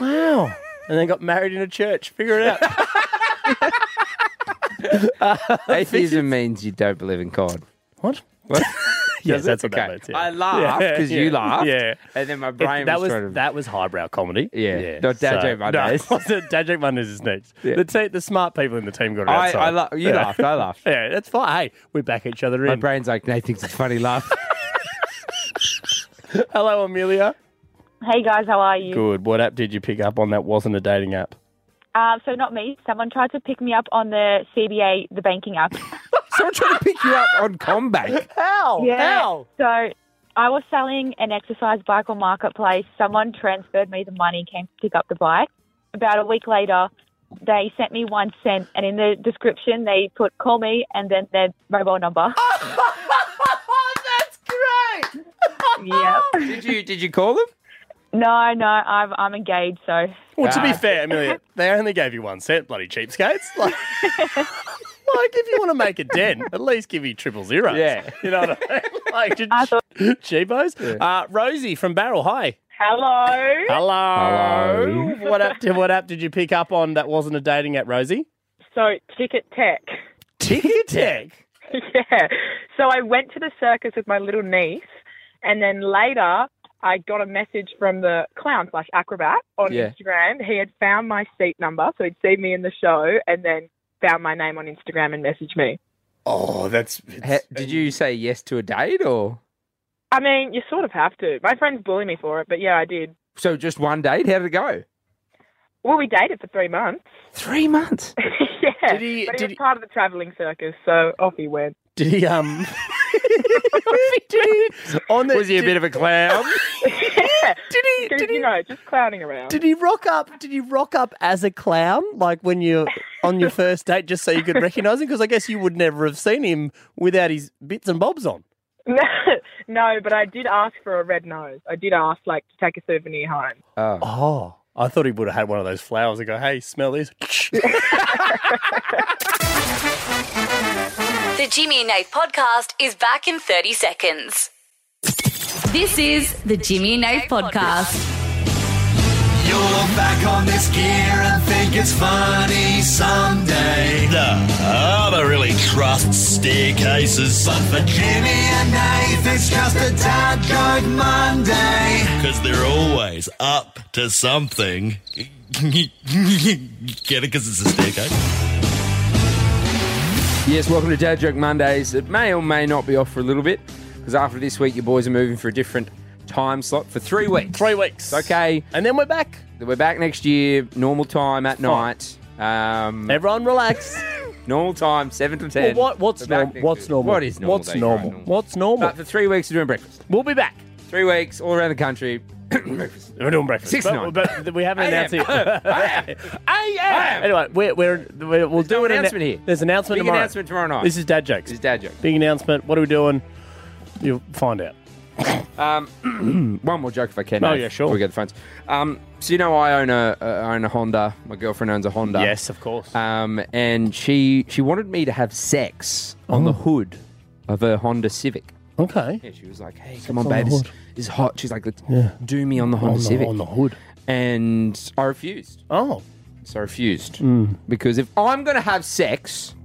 [SPEAKER 2] Wow. And then got married in a church. Figure it out.
[SPEAKER 3] Atheism means you don't believe in God.
[SPEAKER 2] what?
[SPEAKER 3] What?
[SPEAKER 2] Yes,
[SPEAKER 3] Does it?
[SPEAKER 2] that's what that
[SPEAKER 3] Okay.
[SPEAKER 2] means. yeah.
[SPEAKER 3] I laughed because you
[SPEAKER 2] yeah,
[SPEAKER 3] laughed.
[SPEAKER 2] Yeah.
[SPEAKER 3] and then my
[SPEAKER 2] It-
[SPEAKER 3] brain
[SPEAKER 2] that
[SPEAKER 3] was,
[SPEAKER 2] was
[SPEAKER 3] trying to-
[SPEAKER 2] that was highbrow comedy.
[SPEAKER 3] Yeah, not Dad Joke Mondays.
[SPEAKER 2] No, it wasn't. Dad Joke Mondays is next.
[SPEAKER 3] Yeah.
[SPEAKER 2] The, te- the smart people in the team got it
[SPEAKER 3] I,
[SPEAKER 2] outside.
[SPEAKER 3] I la- you
[SPEAKER 2] yeah.
[SPEAKER 3] laughed. I laughed.
[SPEAKER 2] Yeah, that's fine. Hey, we back each other
[SPEAKER 3] My
[SPEAKER 2] in.
[SPEAKER 3] brain's like, Nate thinks it's funny. Laugh.
[SPEAKER 2] Hello, Amelia.
[SPEAKER 8] Hey guys, how are you?
[SPEAKER 2] Good. What app did you pick up on that wasn't a dating app?
[SPEAKER 8] Uh, so not me. Someone tried to pick me up on the CBA, the banking app.
[SPEAKER 3] Someone trying to pick you up on Combank.
[SPEAKER 2] How?
[SPEAKER 8] Yeah.
[SPEAKER 2] How?
[SPEAKER 8] So I was selling an exercise bike on marketplace. Someone transferred me the money, came to pick up the bike. About a week later, they sent me one cent, and in the description they put "call me" and then their mobile number.
[SPEAKER 2] That's great.
[SPEAKER 8] yeah.
[SPEAKER 3] Did you did you call them?
[SPEAKER 8] No, no, I'm I'm engaged, so.
[SPEAKER 2] Well, to be
[SPEAKER 3] Ah.
[SPEAKER 2] fair, Amelia, they only gave you one cent, bloody cheapskates. Like, like if you want to make a den, at least give you triple zeros.
[SPEAKER 4] Yeah.
[SPEAKER 2] You know what I mean? Like, just cheapos. Uh, Rosie from Barrel, hi.
[SPEAKER 13] Hello.
[SPEAKER 2] Hello. What app? Did, what app did you pick up on that wasn't a dating app, Rosie?
[SPEAKER 13] So, Ticket Tech.
[SPEAKER 2] Ticket Tech.
[SPEAKER 13] yeah. So I went to the circus with my little niece, and then later I got a message from the clown slash acrobat on
[SPEAKER 4] Yeah.
[SPEAKER 13] Instagram. He had found my seat number, so he'd seen me in the show, and then found my name on Instagram and messaged me.
[SPEAKER 2] Oh, that's.
[SPEAKER 3] did you say yes to a date or
[SPEAKER 13] I mean, you sort of have to. My friends bully me for it, but yeah, I did.
[SPEAKER 3] so? Just one date? How did it go?
[SPEAKER 13] Well, we dated for three months.
[SPEAKER 3] Three months.
[SPEAKER 13] yeah. Did he, but he was part of the travelling circus, so off he went.
[SPEAKER 2] Did he um? did he, on the,
[SPEAKER 3] was he a bit of a clown?
[SPEAKER 13] yeah.
[SPEAKER 2] Did he?
[SPEAKER 13] Did you know, just clowning around.
[SPEAKER 2] Did he rock up? Did he rock up as a clown, like when you on your first date, just so you could recognise him? Because I guess you would never have seen him without his bits and bobs on.
[SPEAKER 13] No, no, but I did ask for a red nose. I did ask, like, to take a souvenir home.
[SPEAKER 3] Oh.
[SPEAKER 2] I thought he would have had one of those flowers and go, "Hey, smell this."
[SPEAKER 10] The Jimmy and Nath podcast is back in 30 seconds. This is the Jimmy and Nath podcast.
[SPEAKER 4] You'll look back on this gear and think it's funny someday. The Arbor really crust staircases. But for Jimmy and Nath, it's just a dad joke Monday.
[SPEAKER 14] Because they're always up to something. Get it? Because it's a staircase.
[SPEAKER 3] Yes, welcome to Dad Joke Mondays. It may or may not be off for a little bit because after this week, your boys are moving for a different time slot for three weeks. Three
[SPEAKER 2] weeks.
[SPEAKER 3] Okay.
[SPEAKER 2] And then we're back.
[SPEAKER 3] We're back next year, normal time at night. Um,
[SPEAKER 2] Everyone relax.
[SPEAKER 3] normal time, 7 to 10.
[SPEAKER 2] Well, what, what's,
[SPEAKER 3] We're back
[SPEAKER 2] norm-
[SPEAKER 3] next
[SPEAKER 2] what's
[SPEAKER 3] year.
[SPEAKER 2] normal?
[SPEAKER 3] What is normal?
[SPEAKER 2] What's
[SPEAKER 3] Dave? Right,
[SPEAKER 2] normal? What's normal?
[SPEAKER 3] But for three weeks, we're doing breakfast.
[SPEAKER 2] We'll be back.
[SPEAKER 3] Three weeks, all around the country. breakfast.
[SPEAKER 2] We're doing breakfast.
[SPEAKER 3] Six
[SPEAKER 2] but,
[SPEAKER 3] to nine.
[SPEAKER 2] but we haven't
[SPEAKER 3] I
[SPEAKER 2] announced
[SPEAKER 3] am.
[SPEAKER 2] it. Anyway, we're, we're, we're, we'll do an
[SPEAKER 3] announcement
[SPEAKER 2] annou-
[SPEAKER 3] here.
[SPEAKER 2] There's an announcement
[SPEAKER 3] Big
[SPEAKER 2] tomorrow.
[SPEAKER 3] announcement tomorrow night.
[SPEAKER 2] This is dad jokes. This is
[SPEAKER 3] dad jokes.
[SPEAKER 2] Big announcement. What are we doing? You'll find out.
[SPEAKER 3] Um, one more joke if I can.
[SPEAKER 2] Oh,
[SPEAKER 3] Dave,
[SPEAKER 2] yeah, sure.
[SPEAKER 3] before We get the phones. Um, so you know, I own a uh, own a Honda. My girlfriend owns a Honda.
[SPEAKER 2] Yes, of course.
[SPEAKER 3] Um, and she she wanted me to have sex on the hood of her Honda Civic.
[SPEAKER 2] Okay.
[SPEAKER 3] Yeah, she was like, "Hey,
[SPEAKER 2] Sex
[SPEAKER 3] come on,
[SPEAKER 2] on the
[SPEAKER 3] babe, this,
[SPEAKER 2] hood."
[SPEAKER 3] this is hot." She's like, Let's
[SPEAKER 2] Yeah.
[SPEAKER 3] "Do me on the Honda
[SPEAKER 2] On the-
[SPEAKER 3] Civic
[SPEAKER 2] on the hood,"
[SPEAKER 3] and I refused.
[SPEAKER 2] Oh, Mm.
[SPEAKER 3] so I refused because if I'm going to have sex,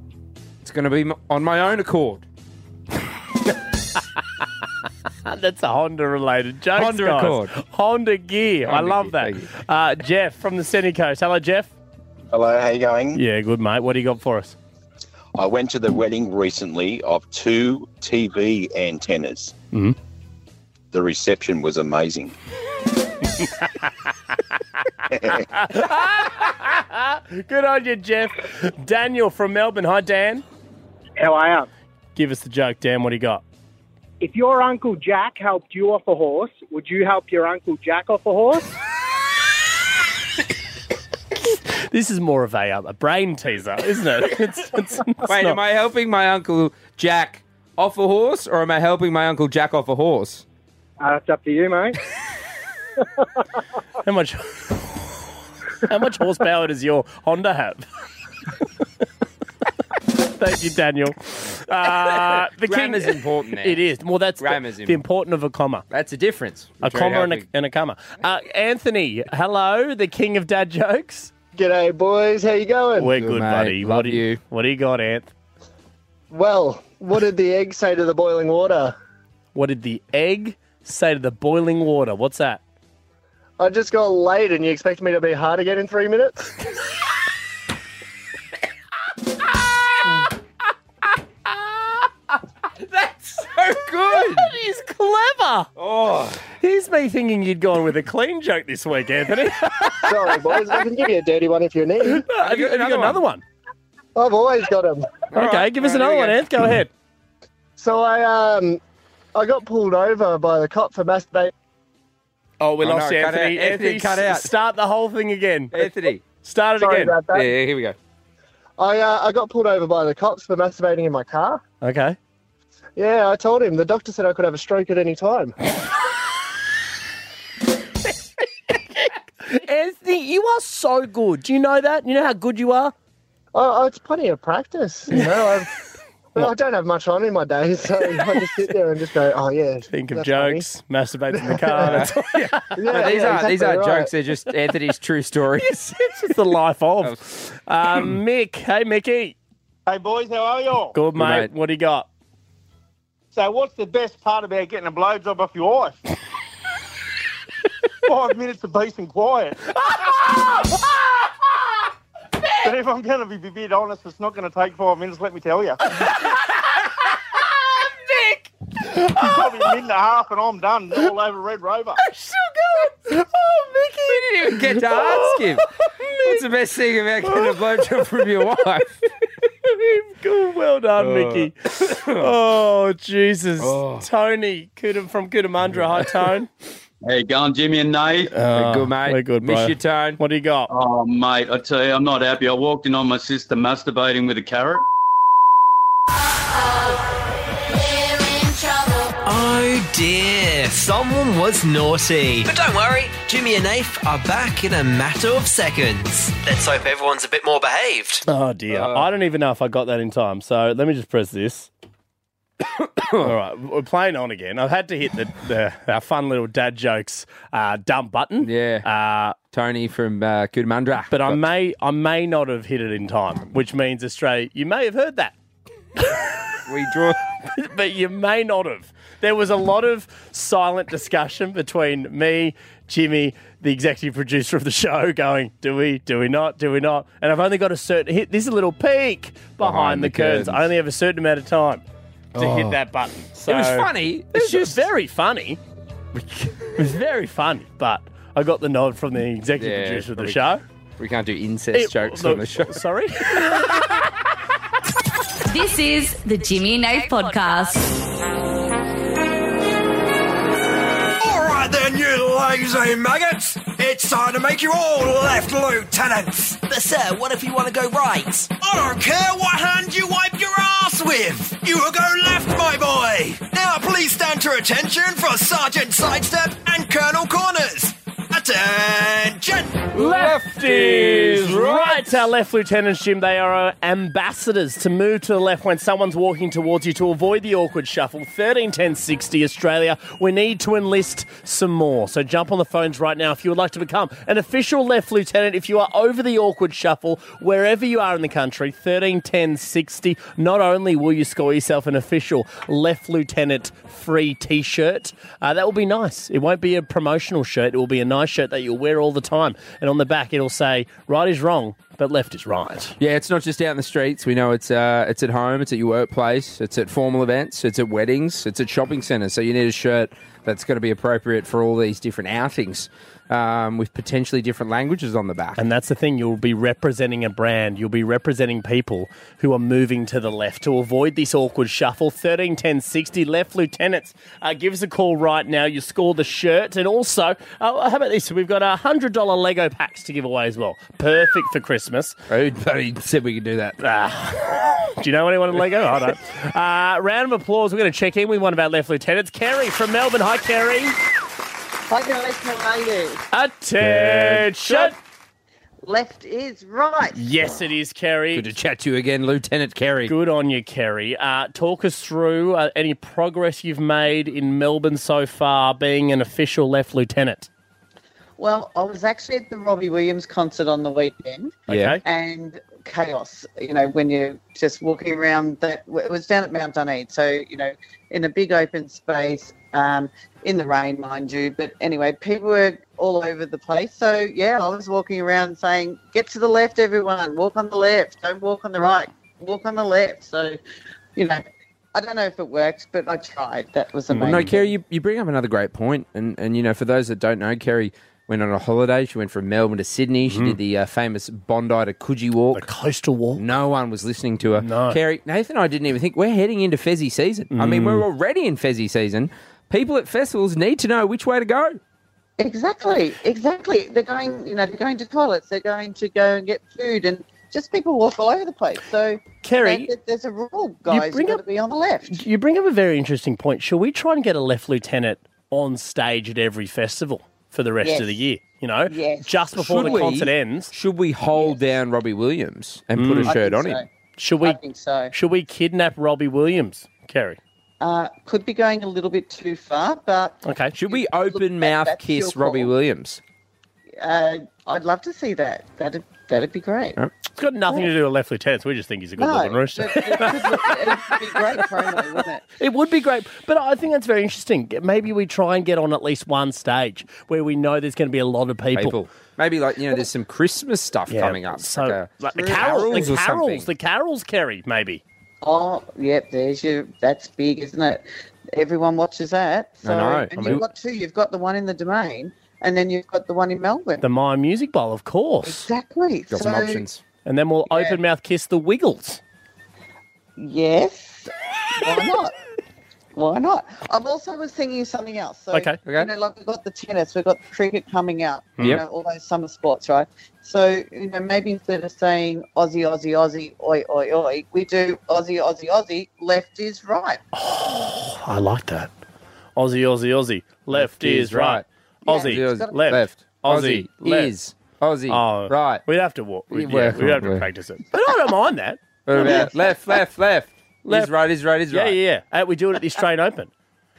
[SPEAKER 3] it's going to be m- on my own accord.
[SPEAKER 2] That's a Honda related joke.
[SPEAKER 3] Honda
[SPEAKER 2] guys.
[SPEAKER 3] Accord.
[SPEAKER 2] Honda gear. I
[SPEAKER 3] Honda
[SPEAKER 2] love that. Uh, Jeff from the Sunny Coast. Hello, Jeff.
[SPEAKER 15] Hello, how you going?
[SPEAKER 2] Yeah, good mate. What do you got for us?
[SPEAKER 15] I went to the wedding recently of two TV antennas.
[SPEAKER 3] Hmm?
[SPEAKER 2] Mhm.
[SPEAKER 15] The reception was amazing.
[SPEAKER 2] Good on you, Jeff. Daniel from Melbourne. Hi, Dan.
[SPEAKER 16] How I am.
[SPEAKER 2] Give us the joke, Dan. What do you got?
[SPEAKER 16] If your Uncle Jack helped you off a horse, would you help your Uncle Jack off a horse?
[SPEAKER 2] This is more of a, uh, a brain teaser, isn't it? It's, it's, it's
[SPEAKER 3] Wait,
[SPEAKER 2] not-
[SPEAKER 3] am I helping my uncle Jack off a horse, or am I helping my uncle Jack off a horse?
[SPEAKER 16] Uh, it's up to you, mate.
[SPEAKER 2] How much? How much horsepower does your Honda have? Thank you, Daniel. Uh, the
[SPEAKER 3] Grammar
[SPEAKER 2] king
[SPEAKER 3] is important. There.
[SPEAKER 2] It is. Well, that's the,
[SPEAKER 3] Grammar's
[SPEAKER 2] the
[SPEAKER 3] important.
[SPEAKER 2] important of a comma.
[SPEAKER 3] That's a difference.
[SPEAKER 2] A
[SPEAKER 3] between
[SPEAKER 2] comma and a,
[SPEAKER 3] helping-
[SPEAKER 2] and a comma. Uh, Anthony, hello, the king of dad jokes.
[SPEAKER 17] G'day, boys. How you going?
[SPEAKER 2] We're good, buddy. What do you, What do you got, Anth?
[SPEAKER 17] Well, what did the egg say to the boiling water?
[SPEAKER 2] What did the egg say to the boiling water? What's that?
[SPEAKER 17] I just got late, and you expect me to be hard again in three minutes?
[SPEAKER 3] That's so good.
[SPEAKER 2] He's clever.
[SPEAKER 3] Oh,
[SPEAKER 2] here's me thinking you'd gone with a clean joke this week, Anthony.
[SPEAKER 17] Sorry, boys. I can give you a dirty one if you need. Have
[SPEAKER 2] you, have you got another one?
[SPEAKER 17] I've always got them.
[SPEAKER 2] Okay, give us another one, Anth. Go ahead.
[SPEAKER 17] So I um, I got pulled over by the cop for masturbating.
[SPEAKER 2] Oh, we
[SPEAKER 17] Oh,
[SPEAKER 2] lost
[SPEAKER 17] no, cut
[SPEAKER 2] Anthony.
[SPEAKER 17] out. Anthony,
[SPEAKER 2] s-
[SPEAKER 17] cut out.
[SPEAKER 2] Start the whole thing again.
[SPEAKER 3] Anthony.
[SPEAKER 2] Start it
[SPEAKER 17] Sorry
[SPEAKER 2] again.
[SPEAKER 17] about that.
[SPEAKER 3] we go.
[SPEAKER 17] I uh, I got pulled over by the cops for masturbating in my car.
[SPEAKER 2] Okay.
[SPEAKER 17] Yeah, I told him. The doctor said I could have a stroke at any time.
[SPEAKER 2] Anthony, you are so good. Do you know that? You know how good you are?
[SPEAKER 17] Oh, oh, it's plenty of practice. You know, I've, well, I don't have much on in my day, so I just sit there and just go, oh yeah.
[SPEAKER 2] Think of
[SPEAKER 17] that's
[SPEAKER 2] jokes, masturbate in the car. That's all. Yeah,
[SPEAKER 3] No, these
[SPEAKER 17] yeah,
[SPEAKER 3] aren't these aren't
[SPEAKER 17] exactly right.
[SPEAKER 3] jokes. They're just Anthony's true stories.
[SPEAKER 2] Yes, it's just the life of. Um, Mick, hey Mickey.
[SPEAKER 18] Hey boys, how are y'all?
[SPEAKER 2] Good mate.
[SPEAKER 18] mate.
[SPEAKER 2] What do you got?
[SPEAKER 18] So, what's the best part about getting a blowjob off your wife? Five minutes of peace and quiet. but if I'm going to be a bit honest, it's not going to take five minutes. Let me tell you. Nick, probably a minute and a half, and I'm done. All over Red Rover.
[SPEAKER 2] Sugar. Oh,
[SPEAKER 3] Mickey. We didn't even get to ask him. What's the best thing about getting a blowjob from your wife?
[SPEAKER 2] Good, well done,
[SPEAKER 3] Oh.
[SPEAKER 2] Mickey. Oh Jesus, Tony Kuda from Kudamundra. Hi, Tone.
[SPEAKER 19] How you going, Jimmy and Nate?
[SPEAKER 2] Uh, Good, mate. we're good, Miss bro. you,
[SPEAKER 19] tone.
[SPEAKER 2] What do you got?
[SPEAKER 19] Oh, mate, I tell you, I'm not happy. I walked in on my sister masturbating with a carrot.
[SPEAKER 4] Oh dear, someone was naughty. But don't worry, Jimmy and Nath are back in a matter of seconds. Let's hope everyone's a bit more behaved.
[SPEAKER 2] Oh dear, I don't even know if I got that in time. So let me just press this. All right, we're playing on again. I've had to hit the, the our fun little dad jokes uh, dumb button. Yeah, uh,
[SPEAKER 3] Tony from uh, Kudamundra.
[SPEAKER 2] But I may I may not have hit it in time, which means Australia, you may have heard that.
[SPEAKER 3] we draw,
[SPEAKER 2] but you may not have. There was a lot of silent discussion between me, Jimmy, the executive producer of the show, going, "Do we? Do we not? Do we not?" And I've only got a certain hit. This is a little peek behind,
[SPEAKER 3] Behind
[SPEAKER 2] the,
[SPEAKER 3] the
[SPEAKER 2] curtains. I
[SPEAKER 3] curtains.
[SPEAKER 2] only have a certain amount of time to
[SPEAKER 3] Oh.
[SPEAKER 2] hit that button. So
[SPEAKER 3] It was funny.
[SPEAKER 2] It was just very funny. it was very funny, but I got the nod from the executive
[SPEAKER 3] Yeah,
[SPEAKER 2] producer of the
[SPEAKER 3] we-
[SPEAKER 2] show.
[SPEAKER 3] We can't do incest
[SPEAKER 2] It-
[SPEAKER 3] jokes
[SPEAKER 2] look,
[SPEAKER 3] on the show.
[SPEAKER 2] Sorry.
[SPEAKER 10] This is the Jimmy and Nate podcast.
[SPEAKER 4] All right then, you lazy maggots. It's time to make you all left lieutenants. But sir, what if you want to go right? I don't care what hand you wipe your ass with. You will go left, my boy. Now please stand to attention for Sergeant Sidestep and Colonel Corners. Attention.
[SPEAKER 2] Left is right. Our left lieutenants, Jim, they are our ambassadors to move to the left when someone's walking towards you to avoid the awkward shuffle. 13 10 60 Australia. We need to enlist some more. So jump on the phones right now if you would like to become an official left lieutenant. If you are over the awkward shuffle, wherever you are in the country, 13 10 60, not only will you score yourself an official left lieutenant free t shirt, uh, that will be nice. It won't be a promotional shirt, it will be a nice shirt that you'll wear all the time. And on the back, it'll say, right is wrong, but left is right.
[SPEAKER 3] Yeah, it's not just out in the streets. We know it's uh, it's at home, it's at your workplace, it's at formal events, it's at weddings, it's at shopping centres. So you need a shirt that's going to be appropriate for all these different outings um, with potentially different languages on the back.
[SPEAKER 2] And that's the thing, you'll be representing a brand, you'll be representing people who are moving to the left to avoid this awkward shuffle. 13 10 60, left lieutenants, uh, give us a call right now. You score the shirt. And also, uh, how about this? We've got a $100 Lego packs to give away as well. Perfect for Christmas. Ah.
[SPEAKER 3] Who bloody said we could do that?
[SPEAKER 2] do you know anyone in Lego? I don't. Uh, round of applause. We're going to check in with one of our left lieutenants, Kerry from Melbourne. Hi, Kerry.
[SPEAKER 20] Hi guys, how are you?
[SPEAKER 2] Attention.
[SPEAKER 20] Left is right.
[SPEAKER 2] Yes, it is, Kerry. Good
[SPEAKER 3] to chat to you again, Lieutenant Kerry.
[SPEAKER 2] Good on you, Kerry. Uh, talk us through uh, any progress you've made in Melbourne so far, being an official left lieutenant.
[SPEAKER 20] Well, I was actually at the Robbie Williams concert on the weekend.
[SPEAKER 2] Okay.
[SPEAKER 20] And chaos, you know, when you're just walking around that, it was down at Mount Dunedin. So, you know, in a big open space, um, in the rain, mind you. But anyway, people were all over the place. So, yeah, I was walking around saying, get to the left, everyone. Walk on the left. Don't walk on the right. Walk on the left. So, you know, I don't know if it worked, but I tried. That was amazing.
[SPEAKER 3] Well, no, Kerry, you, you bring up another great point, and and you know, for those that don't know, Kerry went on a holiday. She went from Melbourne to Sydney. She
[SPEAKER 2] Mhm.
[SPEAKER 3] did the uh, famous Bondi to Coogee walk, the
[SPEAKER 2] coastal walk.
[SPEAKER 3] No one was listening to her.
[SPEAKER 2] No.
[SPEAKER 3] Kerry, Nathan, and I didn't even think we're heading into Fezzi season. I mean,
[SPEAKER 2] Mm.
[SPEAKER 3] we're already in Fezzi season. People at festivals need to know which way to go.
[SPEAKER 20] Exactly, exactly. They're going, you know, they're going to toilets. They're going to go and get food, and just people walk all over the place. So,
[SPEAKER 2] Kerry,
[SPEAKER 20] there- there's a rule, guys. You've
[SPEAKER 2] bring
[SPEAKER 20] got to be on the left.
[SPEAKER 2] You bring up a very interesting point. Shall we try and get a left lieutenant on stage at every festival for the rest
[SPEAKER 3] Yes.
[SPEAKER 2] of the year? You know, just before
[SPEAKER 3] Should
[SPEAKER 2] the
[SPEAKER 3] we-
[SPEAKER 2] concert ends. Mm.
[SPEAKER 3] Should we hold down Robbie Williams and put a shirt on him?
[SPEAKER 2] Should we?
[SPEAKER 20] I think so.
[SPEAKER 2] Should we kidnap Robbie Williams, Kerry?
[SPEAKER 20] Uh, could be going a little bit too far, but
[SPEAKER 2] Okay.
[SPEAKER 3] Should we open mouth
[SPEAKER 20] that's your
[SPEAKER 3] kiss
[SPEAKER 20] call.
[SPEAKER 3] Robbie Williams?
[SPEAKER 20] uh, I'd love to see that. That'd that'd be great.
[SPEAKER 2] It's got nothing to do with left lieutenants. We just think he's a
[SPEAKER 20] No,
[SPEAKER 2] good-looking rooster. It would be great, but I think that's very interesting. Maybe we try and get on at least one stage where we know there's going to be a lot of people.
[SPEAKER 3] People. Maybe like you know, there's some Christmas stuff coming up.
[SPEAKER 2] So,
[SPEAKER 3] like a-
[SPEAKER 2] like the carols, the
[SPEAKER 3] or something.
[SPEAKER 2] carols, the carols, Kerry, maybe.
[SPEAKER 20] Oh, yep. There's your. That's big, isn't it? Everyone watches that.
[SPEAKER 2] I
[SPEAKER 20] So,
[SPEAKER 2] know.
[SPEAKER 20] And
[SPEAKER 2] I mean-
[SPEAKER 20] you've got two. You've got the one in the Domain, and then you've got the one in Melbourne.
[SPEAKER 2] The My Music Bowl, of course.
[SPEAKER 20] Exactly. Got some So- options.
[SPEAKER 2] And then we'll open mouth kiss the Wiggles.
[SPEAKER 20] Yes. Why not? Why not? I'm also was thinking of something else. So,
[SPEAKER 2] Okay. Hmm.
[SPEAKER 20] You know, like we've got the tennis, we've got the cricket coming up. You
[SPEAKER 2] Yep.
[SPEAKER 20] know, all those summer sports, right? So, you know, maybe instead of saying Aussie, Aussie, Aussie, oi, oi, oi, we do Aussie, Aussie, Aussie, left is right.
[SPEAKER 2] Oh, I like that. Aussie, Aussie, Aussie. Left is right.
[SPEAKER 3] Yeah.
[SPEAKER 2] Aussie,
[SPEAKER 3] Aussie,
[SPEAKER 2] left.
[SPEAKER 3] left.
[SPEAKER 2] Aussie,
[SPEAKER 3] Aussie,
[SPEAKER 2] left.
[SPEAKER 3] is. Aussie,
[SPEAKER 2] Oh,
[SPEAKER 3] right.
[SPEAKER 2] We'd have to walk. We'd, yeah,
[SPEAKER 3] Well,
[SPEAKER 2] we'd have to
[SPEAKER 3] well.
[SPEAKER 2] practice it. But I don't mind that.
[SPEAKER 3] What about left, left, left? Is right, is right, is
[SPEAKER 2] yeah,
[SPEAKER 3] right.
[SPEAKER 2] Yeah, yeah, Uh, We do it at the Australian Open.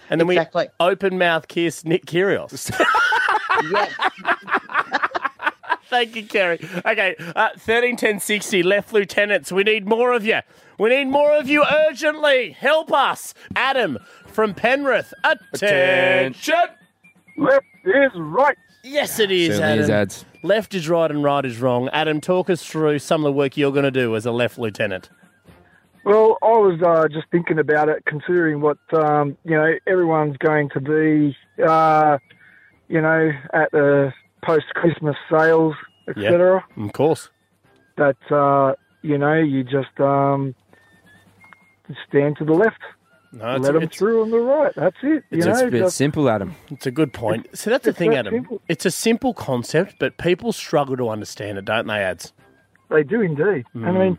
[SPEAKER 2] And then we open mouth kiss Nick Kyrgios. Thank you, Kerry. Okay, uh, 13 10 60, left lieutenants. We need more of you. We need more of you urgently. Help us. Adam from Penrith. Attention. Left is right. Yes, it is,
[SPEAKER 3] Certainly
[SPEAKER 2] Adam.
[SPEAKER 3] is, ads.
[SPEAKER 2] Left is right and right is wrong. Adam, talk us through some of the work you're going to do as a left lieutenant.
[SPEAKER 21] Well, I was uh, just thinking about it, considering what um, you know everyone's going to be, uh, you know, at the post-Christmas sales,
[SPEAKER 2] Yeah.
[SPEAKER 21] etc.
[SPEAKER 2] Of course.
[SPEAKER 21] That uh, you know, you just um, stand to the left,
[SPEAKER 2] No,
[SPEAKER 21] let them through on the right. That's it.
[SPEAKER 2] It's-
[SPEAKER 21] you
[SPEAKER 2] it's-
[SPEAKER 21] know,
[SPEAKER 2] it's
[SPEAKER 21] just-
[SPEAKER 3] Simple, Adam.
[SPEAKER 2] It's a good point. So that's the
[SPEAKER 21] it's
[SPEAKER 2] thing,
[SPEAKER 21] that
[SPEAKER 2] Adam.
[SPEAKER 21] simple.
[SPEAKER 2] It's a simple concept, but people struggle to understand it, don't they, Ads?
[SPEAKER 21] They do indeed. I
[SPEAKER 2] Mm.
[SPEAKER 21] mean,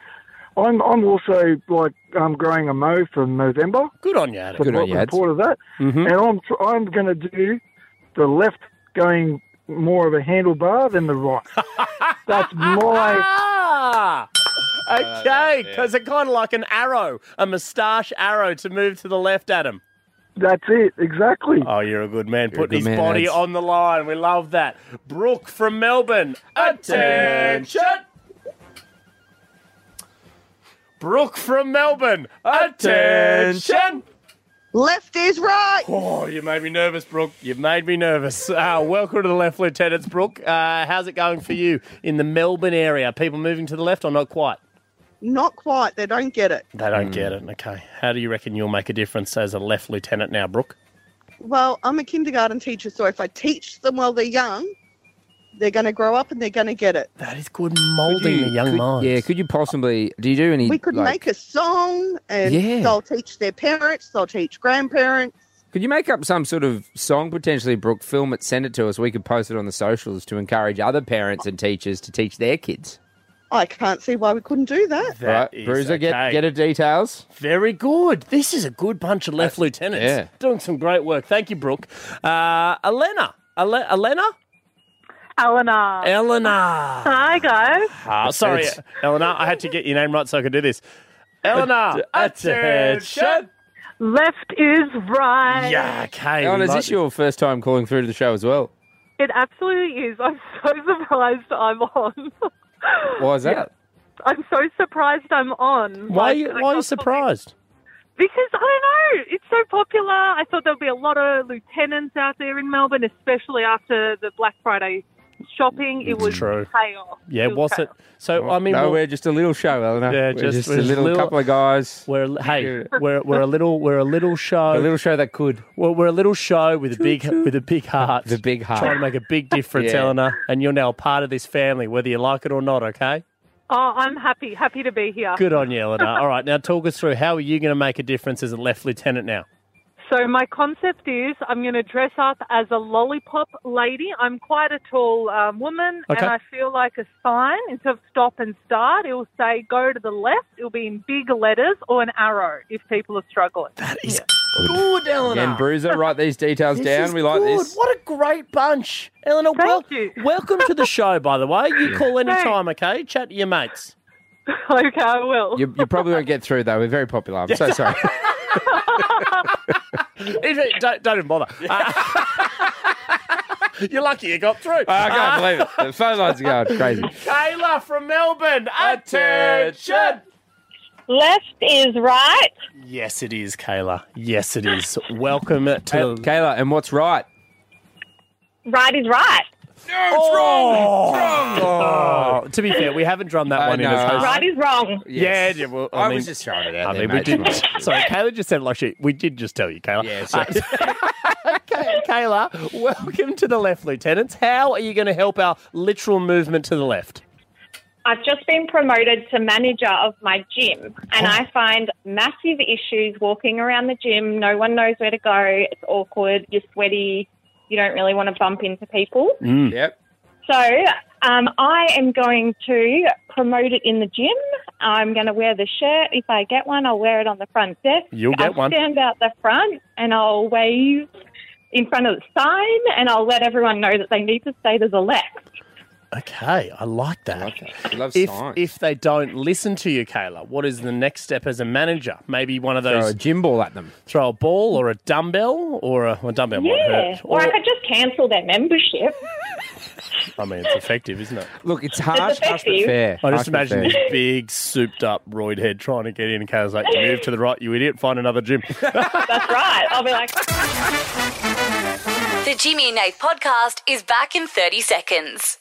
[SPEAKER 21] I'm I'm also like um, growing a mow from November.
[SPEAKER 2] Good on you, Adam.
[SPEAKER 21] Support,
[SPEAKER 2] Good on you, Ads.
[SPEAKER 21] Support of that.
[SPEAKER 2] Mhm.
[SPEAKER 21] And I'm tr- I'm going to do the left going more of a handlebar than the right. That's my
[SPEAKER 2] Ah!
[SPEAKER 21] Oh,
[SPEAKER 2] Okay,
[SPEAKER 21] yeah.
[SPEAKER 2] because it's kind of like an arrow, a moustache arrow to move to the left, Adam.
[SPEAKER 21] that's it exactly.
[SPEAKER 2] Oh, you're a good man. Put
[SPEAKER 21] good
[SPEAKER 2] his
[SPEAKER 21] man,
[SPEAKER 2] body
[SPEAKER 21] Ads.
[SPEAKER 2] on the line. We love that. Brooke from Melbourne. Attention! Brooke from Melbourne. Attention!
[SPEAKER 20] Left is right.
[SPEAKER 2] Oh, you made me nervous, Brooke. You've made me nervous. Uh, welcome to the left, Lieutenants, Brooke. Uh, how's it going for you in the Melbourne area? People moving to the left or not quite?
[SPEAKER 22] Not quite. They don't get it.
[SPEAKER 2] They
[SPEAKER 3] Mm.
[SPEAKER 2] don't get it. Okay. How do you reckon you'll make a difference as a left lieutenant now, Brooke?
[SPEAKER 22] Hmm. Well, I'm a kindergarten teacher, so if I teach them while they're young, they're going to grow up and they're going to get it.
[SPEAKER 2] That is good moulding the young
[SPEAKER 3] could,
[SPEAKER 2] minds.
[SPEAKER 3] Yeah, could you possibly? Do you do any?
[SPEAKER 22] We could
[SPEAKER 3] like-
[SPEAKER 22] make a song, and
[SPEAKER 3] Yeah.
[SPEAKER 22] they'll teach their parents, they'll teach grandparents.
[SPEAKER 3] Could you make up some sort of song potentially, Brooke? Film it, send it to us. We could post it on the socials to encourage other parents and teachers to teach their kids.
[SPEAKER 22] I can't see why we couldn't do that.
[SPEAKER 3] That Right, is Bruiser, get- okay. get her details.
[SPEAKER 2] Very good. This is a good bunch of left lieutenants.
[SPEAKER 3] yeah.
[SPEAKER 2] Doing some great work. Thank you, Brooke. Uh, Elena. Ale- Elena?
[SPEAKER 13] Eleanor.
[SPEAKER 2] Eleanor.
[SPEAKER 13] Hi, guys.
[SPEAKER 2] Ah, sorry,
[SPEAKER 13] It's-
[SPEAKER 2] Eleanor. I had to get your name right so I could do this. Eleanor. Attention.
[SPEAKER 13] Left is right.
[SPEAKER 2] Yeah, okay.
[SPEAKER 3] Ellen, is
[SPEAKER 2] like-
[SPEAKER 3] this your first time calling through to the show as well?
[SPEAKER 13] It absolutely is. I'm so surprised I'm on.
[SPEAKER 3] Why is that?
[SPEAKER 13] I'm so surprised I'm on.
[SPEAKER 2] Why are
[SPEAKER 13] Like,
[SPEAKER 2] you,
[SPEAKER 13] I
[SPEAKER 2] why are you
[SPEAKER 13] got-
[SPEAKER 2] surprised?
[SPEAKER 13] Because I don't know, it's so popular. I thought there'll be a lot of lieutenants out there in Melbourne, especially after the Black Friday shopping. It
[SPEAKER 3] It's
[SPEAKER 13] was
[SPEAKER 3] true.
[SPEAKER 13] chaos.
[SPEAKER 2] Yeah, was it? So, I mean,
[SPEAKER 3] no,
[SPEAKER 2] we'll-
[SPEAKER 3] we're just a little show, Eleanor.
[SPEAKER 2] Yeah,
[SPEAKER 3] We're
[SPEAKER 2] just-
[SPEAKER 3] just,
[SPEAKER 2] we're
[SPEAKER 3] a
[SPEAKER 2] just
[SPEAKER 3] little,
[SPEAKER 2] little-
[SPEAKER 3] couple of guys.
[SPEAKER 2] We're hey, we're, we're a little we're a little show,
[SPEAKER 3] A little show that could.
[SPEAKER 2] Well, we're a little show with a big with a big heart, the
[SPEAKER 3] big heart,
[SPEAKER 2] trying to make a big difference,
[SPEAKER 3] Yeah.
[SPEAKER 2] Eleanor. And you're now a part of this family, whether you like it or not. Okay,
[SPEAKER 13] Oh, I'm happy, happy to be here.
[SPEAKER 1] Uh-huh.
[SPEAKER 2] good on you, Eleanor. All right, now talk us through how are you going to make a difference as a left lieutenant now?
[SPEAKER 1] So my concept is I'm going to dress up as a lollipop lady. I'm quite a tall um, woman,
[SPEAKER 16] Okay.
[SPEAKER 1] and I feel like a sign instead of stop and start, it will say go to the left. It'll be in big letters or an arrow if people are struggling. That is
[SPEAKER 2] Good, Eleanor.
[SPEAKER 3] Again, Bruiser, write these details
[SPEAKER 2] This
[SPEAKER 3] down.
[SPEAKER 2] is
[SPEAKER 3] We like
[SPEAKER 2] good.
[SPEAKER 3] this.
[SPEAKER 2] What a great bunch. Eleanor, well, welcome to the show, by the way. You call anytime, okay? Chat to your mates.
[SPEAKER 1] okay, I will.
[SPEAKER 3] You, you probably won't get through, though. We're very popular. I'm so sorry.
[SPEAKER 2] don't, don't even bother. Uh, you're lucky you got through.
[SPEAKER 3] I can't believe it. The phone lines are going crazy.
[SPEAKER 2] Kayla from Melbourne. Attention.
[SPEAKER 7] Left is right.
[SPEAKER 2] Yes, it is, Kayla. Yes, it is. Welcome to
[SPEAKER 3] Kayla. And what's right?
[SPEAKER 7] Right is right.
[SPEAKER 3] No, it's
[SPEAKER 2] wrong. Oh, to be fair, we haven't drummed that
[SPEAKER 3] I
[SPEAKER 2] one in as
[SPEAKER 3] know.
[SPEAKER 2] hard.
[SPEAKER 7] Right is wrong.
[SPEAKER 2] Yeah, yeah, well,
[SPEAKER 3] I
[SPEAKER 2] I,
[SPEAKER 3] was
[SPEAKER 2] mean,
[SPEAKER 3] just throwing it out
[SPEAKER 2] I
[SPEAKER 3] there,
[SPEAKER 2] mean,
[SPEAKER 3] mate.
[SPEAKER 2] we did. Sorry, Kayla just said like she. We did just tell you, Kayla. Yeah, Kayla, welcome to the left, lieutenants. How are you going to help our literal movement to the left?
[SPEAKER 7] I've just been promoted to manager of my gym, and I find massive issues walking around the gym. No one knows where to go. It's awkward. You're sweaty. You don't really want to bump into people.
[SPEAKER 2] Mm.
[SPEAKER 3] Yep.
[SPEAKER 7] So um, I am going to promote it in the gym. I'm going to wear the shirt. If I get one, I'll wear it on the front desk.
[SPEAKER 23] You'll get
[SPEAKER 7] I'll
[SPEAKER 23] one.
[SPEAKER 7] Stand out the front and I'll wave in front of the sign and I'll let everyone know that they need to stay to the left.
[SPEAKER 2] Okay, I like that.
[SPEAKER 3] love
[SPEAKER 2] if,
[SPEAKER 3] science.
[SPEAKER 2] if they don't listen to you, Kayla, what is the next step as a manager? Maybe one of
[SPEAKER 3] Throw
[SPEAKER 2] those
[SPEAKER 3] a gym ball at them.
[SPEAKER 2] Throw a ball or a dumbbell or a well, dumbbell might
[SPEAKER 7] Yeah.
[SPEAKER 2] hurt.
[SPEAKER 7] Or I
[SPEAKER 2] Or-
[SPEAKER 7] could just cancel their membership.
[SPEAKER 2] I mean, it's effective, isn't it?
[SPEAKER 3] Look, it's
[SPEAKER 7] harsh, harsh, but effective. fair.
[SPEAKER 2] I
[SPEAKER 3] Harsh,
[SPEAKER 2] just
[SPEAKER 3] but
[SPEAKER 2] imagine
[SPEAKER 3] fair.
[SPEAKER 2] this big, souped up roid head trying to get in, and Kayla's like, "You move to the right, you idiot! Find another gym."
[SPEAKER 7] That's right. I'll be like,
[SPEAKER 24] The Jimmy and Nath podcast is back in 30 seconds.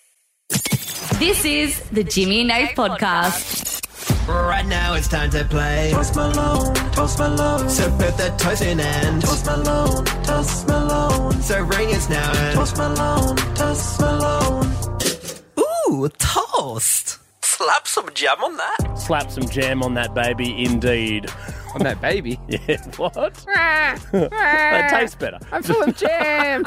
[SPEAKER 24] This is the Jimmy and Nath podcast.
[SPEAKER 4] Right now it's time to play. Toast Malone, Toast Malone. So put the toast in and Toast Malone, Toast Malone. So ring is now and Toast Malone, Toast Malone. Ooh, toast. Slap some jam on that.
[SPEAKER 2] Slap some jam on that baby, indeed.
[SPEAKER 3] On that baby?
[SPEAKER 2] yeah. What?
[SPEAKER 4] that
[SPEAKER 2] tastes better.
[SPEAKER 4] I'm full of jam.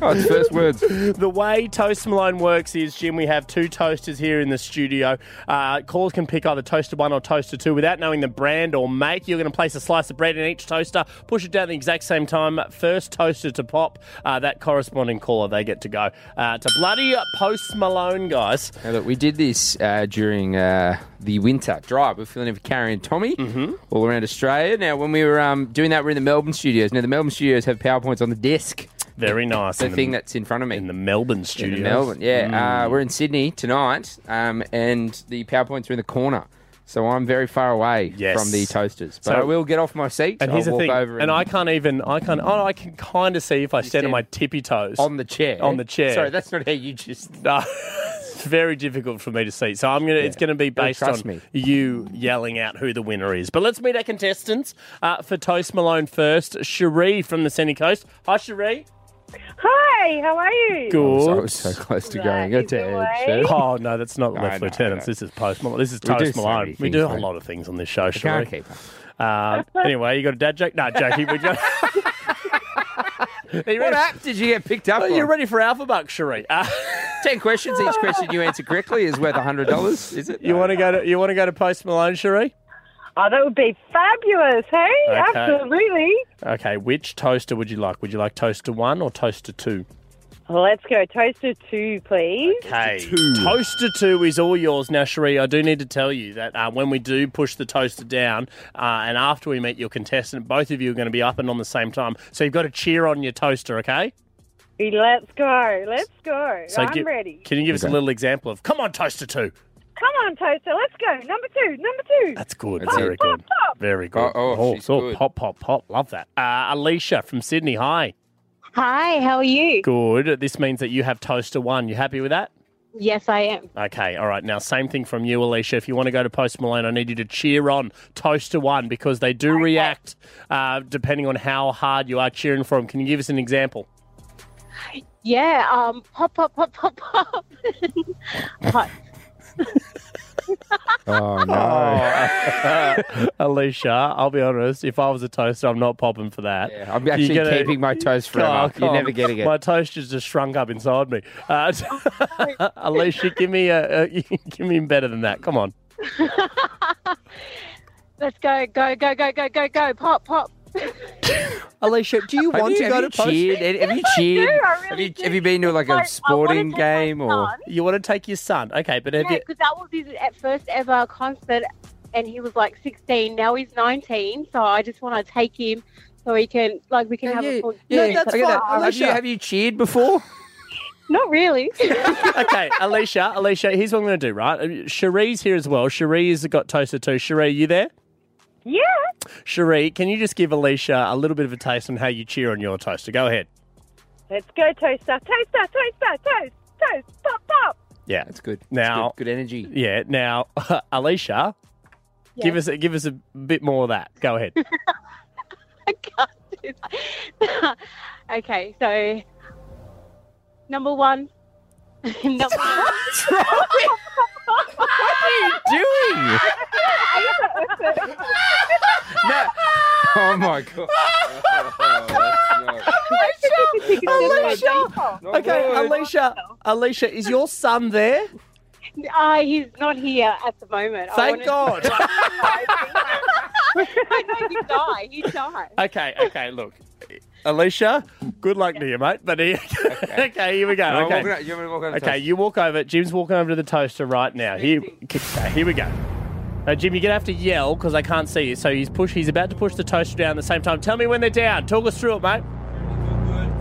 [SPEAKER 3] Oh, it's first words.
[SPEAKER 2] The way Toast Malone works is, Jim, we have two toasters here in the studio. Uh, callers can pick either Toaster 1 or Toaster 2 without knowing the brand or make. You're going to place a slice of bread in each toaster, push it down at the exact same time. First toaster to pop, uh, that corresponding caller, they get to go. Uh, to bloody Post Malone, guys.
[SPEAKER 3] Now, look, we did this uh, during uh, the winter drive. We're filling in for Carrie and Tommy
[SPEAKER 2] Mm-hmm.
[SPEAKER 3] all around Australia. Now, when we were um, doing that, we are in the Melbourne studios. Now, the Melbourne studios have PowerPoints on the desk.
[SPEAKER 2] Very nice.
[SPEAKER 3] The
[SPEAKER 2] In the-
[SPEAKER 3] thing that's in front of me. In
[SPEAKER 2] the Melbourne
[SPEAKER 3] In
[SPEAKER 2] studios.
[SPEAKER 3] Melbourne, yeah.
[SPEAKER 2] Mm.
[SPEAKER 3] Uh, we're in Sydney tonight, um, and the PowerPoints are in the corner. So I'm very far away
[SPEAKER 2] Yes.
[SPEAKER 3] from the toasters. But
[SPEAKER 2] So-
[SPEAKER 3] I will get off my seat.
[SPEAKER 2] And
[SPEAKER 3] I'll
[SPEAKER 2] here's the
[SPEAKER 3] walk
[SPEAKER 2] thing,
[SPEAKER 3] over
[SPEAKER 2] and, I can't even, I can't, oh, I can kind of see if I stand, on my tippy toes.
[SPEAKER 3] On the chair.
[SPEAKER 2] On the chair.
[SPEAKER 3] Sorry, that's not how you just.
[SPEAKER 2] No, it's very difficult for me to see. So I'm gonna. It's gonna be
[SPEAKER 3] Don't
[SPEAKER 2] based
[SPEAKER 3] trust
[SPEAKER 2] on
[SPEAKER 3] me.
[SPEAKER 2] you yelling out who the winner is. But let's meet our contestants uh, for Toast Malone first. Cherie from the Sunny Coast. Hi, Cherie.
[SPEAKER 6] Hi, how are you?
[SPEAKER 2] Good.
[SPEAKER 3] I was so close to going. Go to
[SPEAKER 6] way.
[SPEAKER 3] Cherie.
[SPEAKER 2] Oh no, that's not left
[SPEAKER 3] know,
[SPEAKER 2] lieutenants. This is post Malone. This is
[SPEAKER 3] We do
[SPEAKER 2] Toast
[SPEAKER 3] so
[SPEAKER 2] Malone.
[SPEAKER 3] many
[SPEAKER 2] we do
[SPEAKER 3] things,
[SPEAKER 2] a
[SPEAKER 3] mate.
[SPEAKER 2] lot of things on this show, Cherie.
[SPEAKER 3] can't
[SPEAKER 2] Um, anyway, you got a dad joke? No, Jackie. We just.
[SPEAKER 3] What app did you get picked up
[SPEAKER 2] Are you
[SPEAKER 3] on?
[SPEAKER 2] ready for Alpha Buck, Cherie? Uh,
[SPEAKER 3] Ten questions. Each question you answer correctly is worth hundred dollars. Is it?
[SPEAKER 2] You want to go to you want to go to Post Malone, Cherie?
[SPEAKER 6] Oh, that would be fabulous, hey?
[SPEAKER 2] Okay.
[SPEAKER 6] Absolutely.
[SPEAKER 2] Okay, which toaster would you like? Would you like toaster one or toaster two?
[SPEAKER 6] Well, let's go. Toaster two, please.
[SPEAKER 2] Okay. Toaster two is all yours. Now, Cherie, I do need to tell you that uh, when we do push the toaster down, uh, and after we meet your contestant, both of you are going to be up and on the same time. So you've got to cheer on your toaster, okay?
[SPEAKER 6] Let's go. Let's go.
[SPEAKER 2] So
[SPEAKER 6] I'm
[SPEAKER 2] gi-
[SPEAKER 6] ready.
[SPEAKER 2] Can you give us a little example of come on, toaster two?
[SPEAKER 6] Come on, Toaster. Let's go. Number two. Number two.
[SPEAKER 2] That's good.
[SPEAKER 6] That's
[SPEAKER 2] Very
[SPEAKER 6] it.
[SPEAKER 2] good.
[SPEAKER 6] Pop, pop.
[SPEAKER 2] Very good.
[SPEAKER 3] Oh,
[SPEAKER 2] oh,
[SPEAKER 3] she's
[SPEAKER 2] so
[SPEAKER 3] good.
[SPEAKER 2] pop, pop, pop. Love that. Uh, Alicia from Sydney. Hi.
[SPEAKER 25] Hi, how are you?
[SPEAKER 2] Good. This means that you have toaster one. You happy with that?
[SPEAKER 25] Yes, I am.
[SPEAKER 2] Okay, all right. Now, same thing from you, Alicia. If you want to go to Post Malone, I need you to cheer on Toaster One because they do react uh, depending on how hard you are cheering for them. Can you give us an example?
[SPEAKER 25] Yeah, um, pop, pop, pop, pop, pop. Hot.
[SPEAKER 3] Oh,
[SPEAKER 2] no. Oh. Alicia, I'll be honest. If I was a toaster, I'm not popping for that.
[SPEAKER 3] I'm actually
[SPEAKER 2] You're gonna-
[SPEAKER 3] keeping my toast forever.
[SPEAKER 2] Oh,
[SPEAKER 3] You're
[SPEAKER 2] come
[SPEAKER 3] never
[SPEAKER 2] on.
[SPEAKER 3] getting it.
[SPEAKER 2] My toaster's just shrunk up inside me. Uh, Alicia, give me a, a give me better than that. Come on.
[SPEAKER 25] Let's go, go, go, go, go, go, go. Pop, pop.
[SPEAKER 3] Alicia, do you
[SPEAKER 25] Have
[SPEAKER 3] want
[SPEAKER 25] you-
[SPEAKER 3] to
[SPEAKER 25] have
[SPEAKER 3] go
[SPEAKER 25] you
[SPEAKER 3] to post?
[SPEAKER 25] cheered?
[SPEAKER 3] Have you
[SPEAKER 25] Yes, I
[SPEAKER 3] cheered?
[SPEAKER 25] do, I
[SPEAKER 3] have,
[SPEAKER 25] really
[SPEAKER 3] you, have you been to like a sporting game or?
[SPEAKER 2] You want to take your son? Okay, but
[SPEAKER 25] Yeah,
[SPEAKER 2] have you,
[SPEAKER 25] because that was his at first ever concert, and he was like 16. Now he's 19, so I just want to take him so he can like we can have a full.
[SPEAKER 3] Yeah, look at that. Have you, have you cheered before?
[SPEAKER 25] Not really.
[SPEAKER 2] okay, Alicia, Alicia, here's what I'm going to do, right? Uh, Cherie's here as well. Cherie's got toasted too. Cherie, you there?
[SPEAKER 26] Yeah.
[SPEAKER 2] Cherie, can you just give Alicia a little bit of a taste on how you cheer on your toaster? Go ahead.
[SPEAKER 26] Let's go, toaster, toaster, toaster, toast, toast, pop, pop.
[SPEAKER 2] Yeah,
[SPEAKER 3] that's good.
[SPEAKER 2] Now,
[SPEAKER 3] good, energy.
[SPEAKER 2] Yeah. Now, Alicia, give
[SPEAKER 25] Yeah.
[SPEAKER 2] us give us a bit more of that. Go ahead.
[SPEAKER 25] okay, so number one. number
[SPEAKER 3] Doing. No. Oh my god.
[SPEAKER 25] Alicia!
[SPEAKER 2] okay, Alicia, Alicia, is your son there?
[SPEAKER 25] Uh, he's not here at the moment. I
[SPEAKER 2] Thank God.
[SPEAKER 25] wanted- I know you die. You die.
[SPEAKER 2] Okay, okay, look. Alicia, good luck to you, mate. But he, okay. here we go.
[SPEAKER 3] No, I'm
[SPEAKER 2] okay,
[SPEAKER 3] walking out. You want me to walk over to
[SPEAKER 2] okay,
[SPEAKER 3] toast?
[SPEAKER 2] you walk over. Jim's walking over to the toaster right now. Here, okay, here we go. Now, Jim, you're gonna have to yell because I can't see you. So he's push. He's about to push the toaster down at the same time. Tell me when they're down. Talk us through it, mate.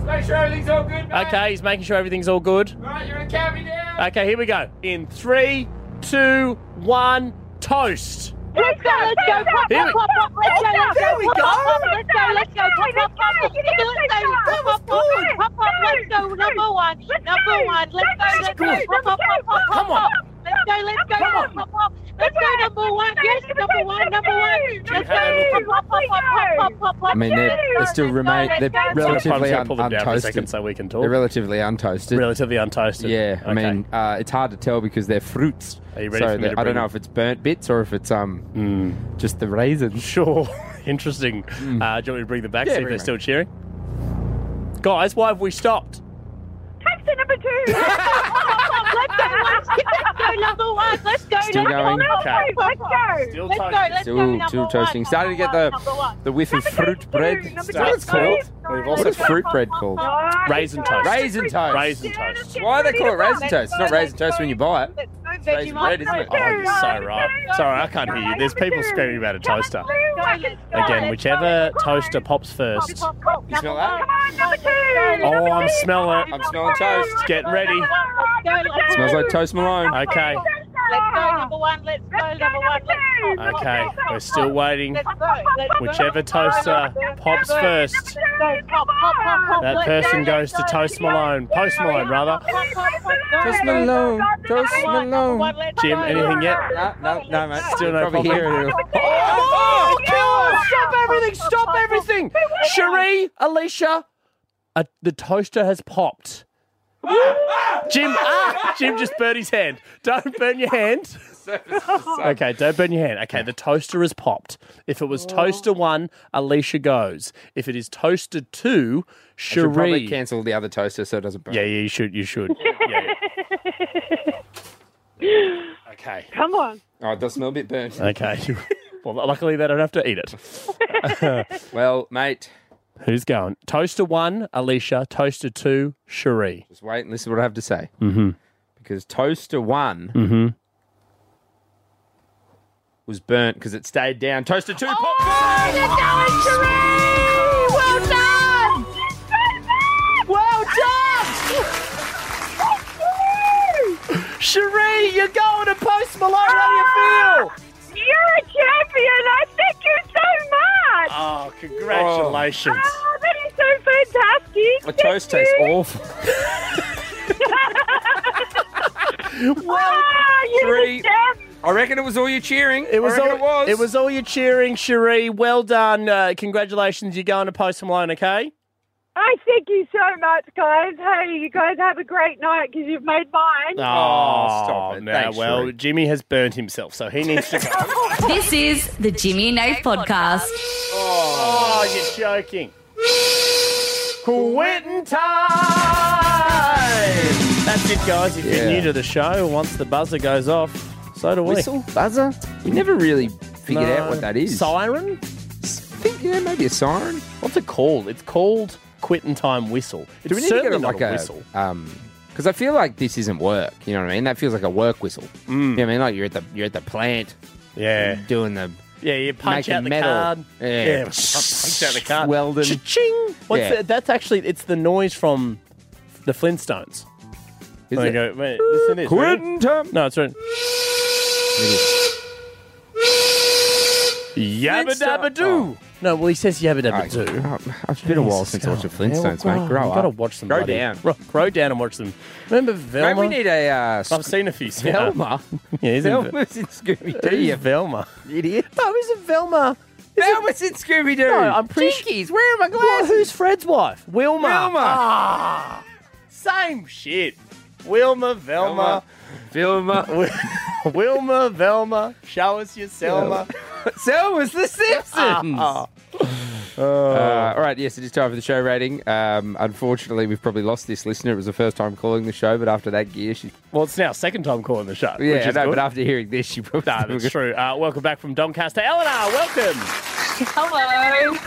[SPEAKER 4] Make sure everything's all good,
[SPEAKER 2] Okay, he's making sure everything's all good.
[SPEAKER 4] Right, you're in cabin now.
[SPEAKER 2] Okay, here we go. In three, two, one, toast.
[SPEAKER 25] Let's go, let's go, pop,
[SPEAKER 2] Here we-
[SPEAKER 25] pop, pop, pop, let's go, let's
[SPEAKER 4] There we
[SPEAKER 25] go,
[SPEAKER 4] go.
[SPEAKER 25] pop, pop, pop, let's go, let's go, pop, pop, pop, let's go, let's go, pop, pop, pop, pop, pop, let's go, number one, number one, let's go, let's go, pop, pop, pop, pop, pop, pop, let's go, let's go, pop, pop, pop, let's go, number one, yes, number one, number one, let's go, pop, pop, pop, pop, pop, pop, pop,
[SPEAKER 3] I mean, they're,
[SPEAKER 25] let's go,
[SPEAKER 3] they still
[SPEAKER 25] let's go,
[SPEAKER 3] remain.
[SPEAKER 25] let's
[SPEAKER 3] They're
[SPEAKER 25] go, let's go.
[SPEAKER 3] relatively
[SPEAKER 2] Sometimes I
[SPEAKER 3] un-
[SPEAKER 2] pull them down for a
[SPEAKER 3] untoasted.
[SPEAKER 2] second so we can talk.
[SPEAKER 3] They're relatively untoasted.
[SPEAKER 2] Relatively untoasted.
[SPEAKER 3] Yeah, I mean, uh, it's hard to tell because they're fruits. Are
[SPEAKER 2] you ready
[SPEAKER 3] so
[SPEAKER 2] for me
[SPEAKER 3] the-
[SPEAKER 2] to
[SPEAKER 3] I don't
[SPEAKER 2] bring-
[SPEAKER 3] know if it's burnt bits or if it's um just the raisins.
[SPEAKER 2] Hmm. Sure. Interesting. Uh, do you want me to bring them back?
[SPEAKER 3] Yeah,
[SPEAKER 2] see if
[SPEAKER 3] bring
[SPEAKER 2] they're
[SPEAKER 3] them
[SPEAKER 2] still cheering. Guys, why have we stopped?
[SPEAKER 25] Toaster number two. Let's go, let's go, let's go, number one, let's go,
[SPEAKER 3] Still
[SPEAKER 25] number
[SPEAKER 3] going.
[SPEAKER 25] one,
[SPEAKER 3] Okay.
[SPEAKER 25] let's go,
[SPEAKER 2] Still
[SPEAKER 25] let's go, let's go,
[SPEAKER 3] Still,
[SPEAKER 25] number
[SPEAKER 3] still
[SPEAKER 25] one,
[SPEAKER 3] toasting. Starting to get the
[SPEAKER 25] number one.
[SPEAKER 3] the whiff of fruit bread. That's
[SPEAKER 2] two,
[SPEAKER 3] what it's
[SPEAKER 2] sorry,
[SPEAKER 3] called. What's fruit bread called?
[SPEAKER 2] Raisin toast.
[SPEAKER 3] Raisin toast.
[SPEAKER 2] Raisin toast.
[SPEAKER 3] Why they call it raisin toast? It's not raisin toast when you buy it.
[SPEAKER 25] It's
[SPEAKER 3] raisin bread, isn't it?
[SPEAKER 2] Oh, you're so right. Sorry, I can't hear you. There's people screaming about a
[SPEAKER 25] Oh,
[SPEAKER 2] toaster. Again, whichever toaster pops first.
[SPEAKER 25] You
[SPEAKER 3] smell that?
[SPEAKER 2] Oh, I'm smelling it.
[SPEAKER 3] I'm smelling toast.
[SPEAKER 2] Get ready.
[SPEAKER 3] Smells like toast Malone.
[SPEAKER 2] Okay.
[SPEAKER 25] Let's go, number one. Let's go, number one. Let's go.
[SPEAKER 2] Okay, we're still waiting.
[SPEAKER 25] Let's go. Let's go.
[SPEAKER 2] Whichever toaster pops first,
[SPEAKER 25] Let's go. Pop, pop, pop, pop.
[SPEAKER 2] that
[SPEAKER 25] Let's
[SPEAKER 2] person
[SPEAKER 25] go.
[SPEAKER 2] goes to Toast Malone. Post Malone, rather.
[SPEAKER 25] Pop, pop, pop, go.
[SPEAKER 3] Toast Malone. Toast
[SPEAKER 25] Number
[SPEAKER 3] Malone.
[SPEAKER 25] one, let's
[SPEAKER 2] Jim,
[SPEAKER 25] go.
[SPEAKER 2] anything yet?
[SPEAKER 3] No, no, no, mate.
[SPEAKER 2] Still no
[SPEAKER 3] Probably
[SPEAKER 2] problem.
[SPEAKER 3] hear it.
[SPEAKER 2] Oh, God! Stop everything! Stop everything! Cherie, Alicia, uh, the toaster has popped. Jim, ah, Jim just burned his hand. Don't burn your hand.
[SPEAKER 3] Oh.
[SPEAKER 2] Okay, don't burn your hand. Okay, the toaster has popped. If it was toaster one, Alicia goes. If it is toaster two,
[SPEAKER 3] I should probably
[SPEAKER 2] Cherie.
[SPEAKER 3] cancel the other toaster so it doesn't burn.
[SPEAKER 2] Yeah, yeah, you should. You should. Okay.
[SPEAKER 26] Come on.
[SPEAKER 3] Oh, it does smell a bit burnt.
[SPEAKER 2] Okay. well, luckily they don't have to eat it.
[SPEAKER 3] well, mate.
[SPEAKER 2] Who's going? Toaster one, Alicia. Toaster two, Cherie.
[SPEAKER 3] Just wait and listen to what I have to say.
[SPEAKER 2] Mm-hmm.
[SPEAKER 3] Because toaster one
[SPEAKER 2] Mm-hmm.
[SPEAKER 3] was burnt because it stayed down. Toaster two
[SPEAKER 25] Oh!
[SPEAKER 3] popped.
[SPEAKER 4] Well done! Well done!
[SPEAKER 2] Cherie, you're going to Post Malone. How do you feel?
[SPEAKER 26] Ah, You're a champion. I thank you so much.
[SPEAKER 2] Oh, congratulations.
[SPEAKER 26] Oh, that is so fantastic.
[SPEAKER 3] My toast tastes awful.
[SPEAKER 26] well, oh, you're
[SPEAKER 3] Three.
[SPEAKER 26] the champ.
[SPEAKER 3] I reckon it was all your cheering.
[SPEAKER 2] It was
[SPEAKER 3] I reckon
[SPEAKER 2] all
[SPEAKER 3] it was.
[SPEAKER 2] it was all your cheering, Cherie. Well done. Uh, congratulations. You're going to Post Malone, okay?
[SPEAKER 26] I thank you so much, guys. Hey, you guys have a great night because you've made mine.
[SPEAKER 2] Oh,
[SPEAKER 3] stop it.
[SPEAKER 2] no,
[SPEAKER 3] Thanks,
[SPEAKER 2] Oh, well,
[SPEAKER 3] Sheree.
[SPEAKER 2] Jimmy has burnt himself, so he needs to go.
[SPEAKER 10] This is the Jimmy and Nate podcast.
[SPEAKER 2] oh, you're joking. Quitting time! That's it, guys. If you're
[SPEAKER 3] Yeah.
[SPEAKER 2] new to the show, once the buzzer goes off, so do we.
[SPEAKER 3] Whistle? Buzzer? We never really figured
[SPEAKER 2] No.
[SPEAKER 3] out what that is.
[SPEAKER 2] Siren?
[SPEAKER 3] think, yeah, maybe a siren.
[SPEAKER 2] What's it called? It's called quitting time whistle. It's
[SPEAKER 3] Do we need to
[SPEAKER 2] certainly
[SPEAKER 3] get a,
[SPEAKER 2] not
[SPEAKER 3] like
[SPEAKER 2] a
[SPEAKER 3] a,
[SPEAKER 2] whistle.
[SPEAKER 3] um? Because I feel like this isn't work. You know what I mean? That feels like a work whistle. You know what I mean? Like you're at the you're at the plant.
[SPEAKER 2] Yeah.
[SPEAKER 3] Doing the
[SPEAKER 2] Yeah, you punch
[SPEAKER 3] making
[SPEAKER 2] out the
[SPEAKER 3] metal.
[SPEAKER 2] card.
[SPEAKER 3] Yeah.
[SPEAKER 2] yeah punch out the card.
[SPEAKER 3] Welding.
[SPEAKER 2] Cha-ching! What's
[SPEAKER 3] Yeah.
[SPEAKER 2] the- that's actually it's the noise from the Flintstones.
[SPEAKER 3] Is it?
[SPEAKER 2] There you go. Wait, listen to this. ready?
[SPEAKER 3] Quitting time.
[SPEAKER 2] No, it's right. Yabba dabba doo. oh. No, well he says yabba dabba doo.
[SPEAKER 3] It's been a while since I watched the Flintstones, mate. Grow
[SPEAKER 2] you
[SPEAKER 3] up.
[SPEAKER 2] Gotta watch them.
[SPEAKER 3] Grow
[SPEAKER 2] bloody-
[SPEAKER 3] down.
[SPEAKER 2] Ro- Grow down and watch them. Remember Velma?
[SPEAKER 3] Maybe we need a. Uh, sc-
[SPEAKER 2] I've seen a few.
[SPEAKER 3] Velma.
[SPEAKER 2] Yeah, he's in Vel-
[SPEAKER 3] Velma's in Scooby Doo.
[SPEAKER 2] Who's
[SPEAKER 3] You
[SPEAKER 2] Velma?
[SPEAKER 3] idiot.
[SPEAKER 2] No, isn't Velma?
[SPEAKER 3] Velma's in Scooby Doo.
[SPEAKER 2] No, I'm pretty sure-
[SPEAKER 3] Jinkies, where are my glasses?
[SPEAKER 2] Well, who's Fred's wife? Wilma.
[SPEAKER 3] Velma.
[SPEAKER 2] Ah, same shit. Wilma, Velma.
[SPEAKER 3] Velma.
[SPEAKER 2] Wilma, Velma. Show us your Selma.
[SPEAKER 3] Selma's The Simpsons.
[SPEAKER 2] Ah.
[SPEAKER 3] Uh, all right, yes, it is time for the show rating. Um, unfortunately, we've probably lost this listener. It was the first time calling the show, but after that gear, she.
[SPEAKER 2] Well, it's now second time calling the shot.
[SPEAKER 3] Yeah,
[SPEAKER 2] which is
[SPEAKER 3] no,
[SPEAKER 2] good.
[SPEAKER 3] but after hearing this, she probably.
[SPEAKER 2] Nah, that's true. Uh, welcome back from Doncaster, Eleanor. Welcome.
[SPEAKER 26] Hello.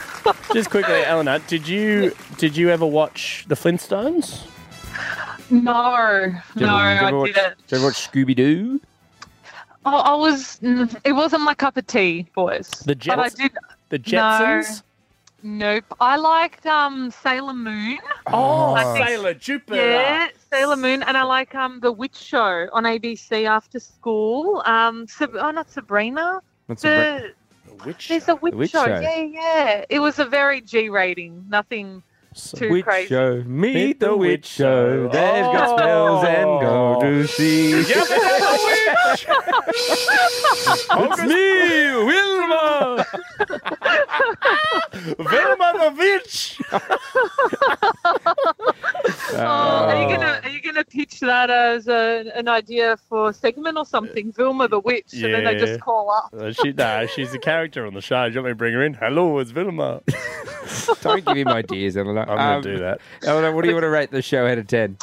[SPEAKER 2] Just quickly, Eleanor, did you did you ever watch the Flintstones?
[SPEAKER 26] No,
[SPEAKER 3] Do you ever- do you
[SPEAKER 26] no, I
[SPEAKER 3] ever watch,
[SPEAKER 26] didn't.
[SPEAKER 3] do you ever watch Scooby Doo?
[SPEAKER 26] I, I was. mm, It wasn't my cup of tea, boys.
[SPEAKER 2] The
[SPEAKER 26] But I
[SPEAKER 2] Jets-
[SPEAKER 26] did.
[SPEAKER 2] The Jetsons.
[SPEAKER 26] No, nope. I liked um, Sailor Moon.
[SPEAKER 2] Oh,
[SPEAKER 26] I think-
[SPEAKER 2] Sailor Jupiter.
[SPEAKER 26] Yeah, Sailor Moon, and I like um the Witch Show on ABC after school. Um, Sab- oh, not Sabrina.
[SPEAKER 3] Not
[SPEAKER 26] the,
[SPEAKER 2] Which
[SPEAKER 26] there's a witch,
[SPEAKER 3] Witch
[SPEAKER 26] show.
[SPEAKER 3] Show.
[SPEAKER 26] Yeah, yeah. It was a very G rating. Nothing too
[SPEAKER 3] witch
[SPEAKER 26] crazy.
[SPEAKER 3] show, meet the witch show. They've got
[SPEAKER 26] Oh.
[SPEAKER 3] spells and go to see. it's me, Wilma.
[SPEAKER 2] Velma the witch.
[SPEAKER 26] Oh, are you gonna are you gonna pitch that as a, an idea for a segment or something? Vilma the Witch, and then they
[SPEAKER 2] Yeah.
[SPEAKER 26] just call up.
[SPEAKER 2] Uh, she, nah, she's a character on the show. Do you want me to bring her in? Hello, it's Vilma.
[SPEAKER 3] Don't give him ideas, Eleanor. I'm
[SPEAKER 2] gonna do that.
[SPEAKER 3] Eleanor, what do you want to rate the show out of ten?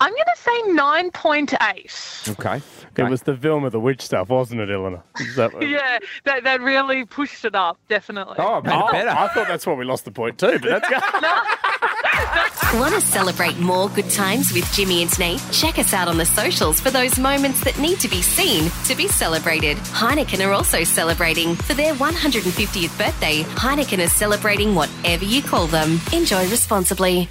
[SPEAKER 26] I'm gonna say nine point eight.
[SPEAKER 3] Okay.
[SPEAKER 2] It was the Vilma the witch stuff, wasn't it, Eleanor? Is that-
[SPEAKER 26] Yeah, that that really pushed it up, definitely.
[SPEAKER 2] Oh, I thought that's what we lost the point too, but that's
[SPEAKER 5] Want to celebrate more good times with Jimmy and Nate? Check us out on the socials for those moments that need to be seen to be celebrated. Heineken are also celebrating. For their 150th birthday, Heineken is celebrating whatever you call them. Enjoy responsibly.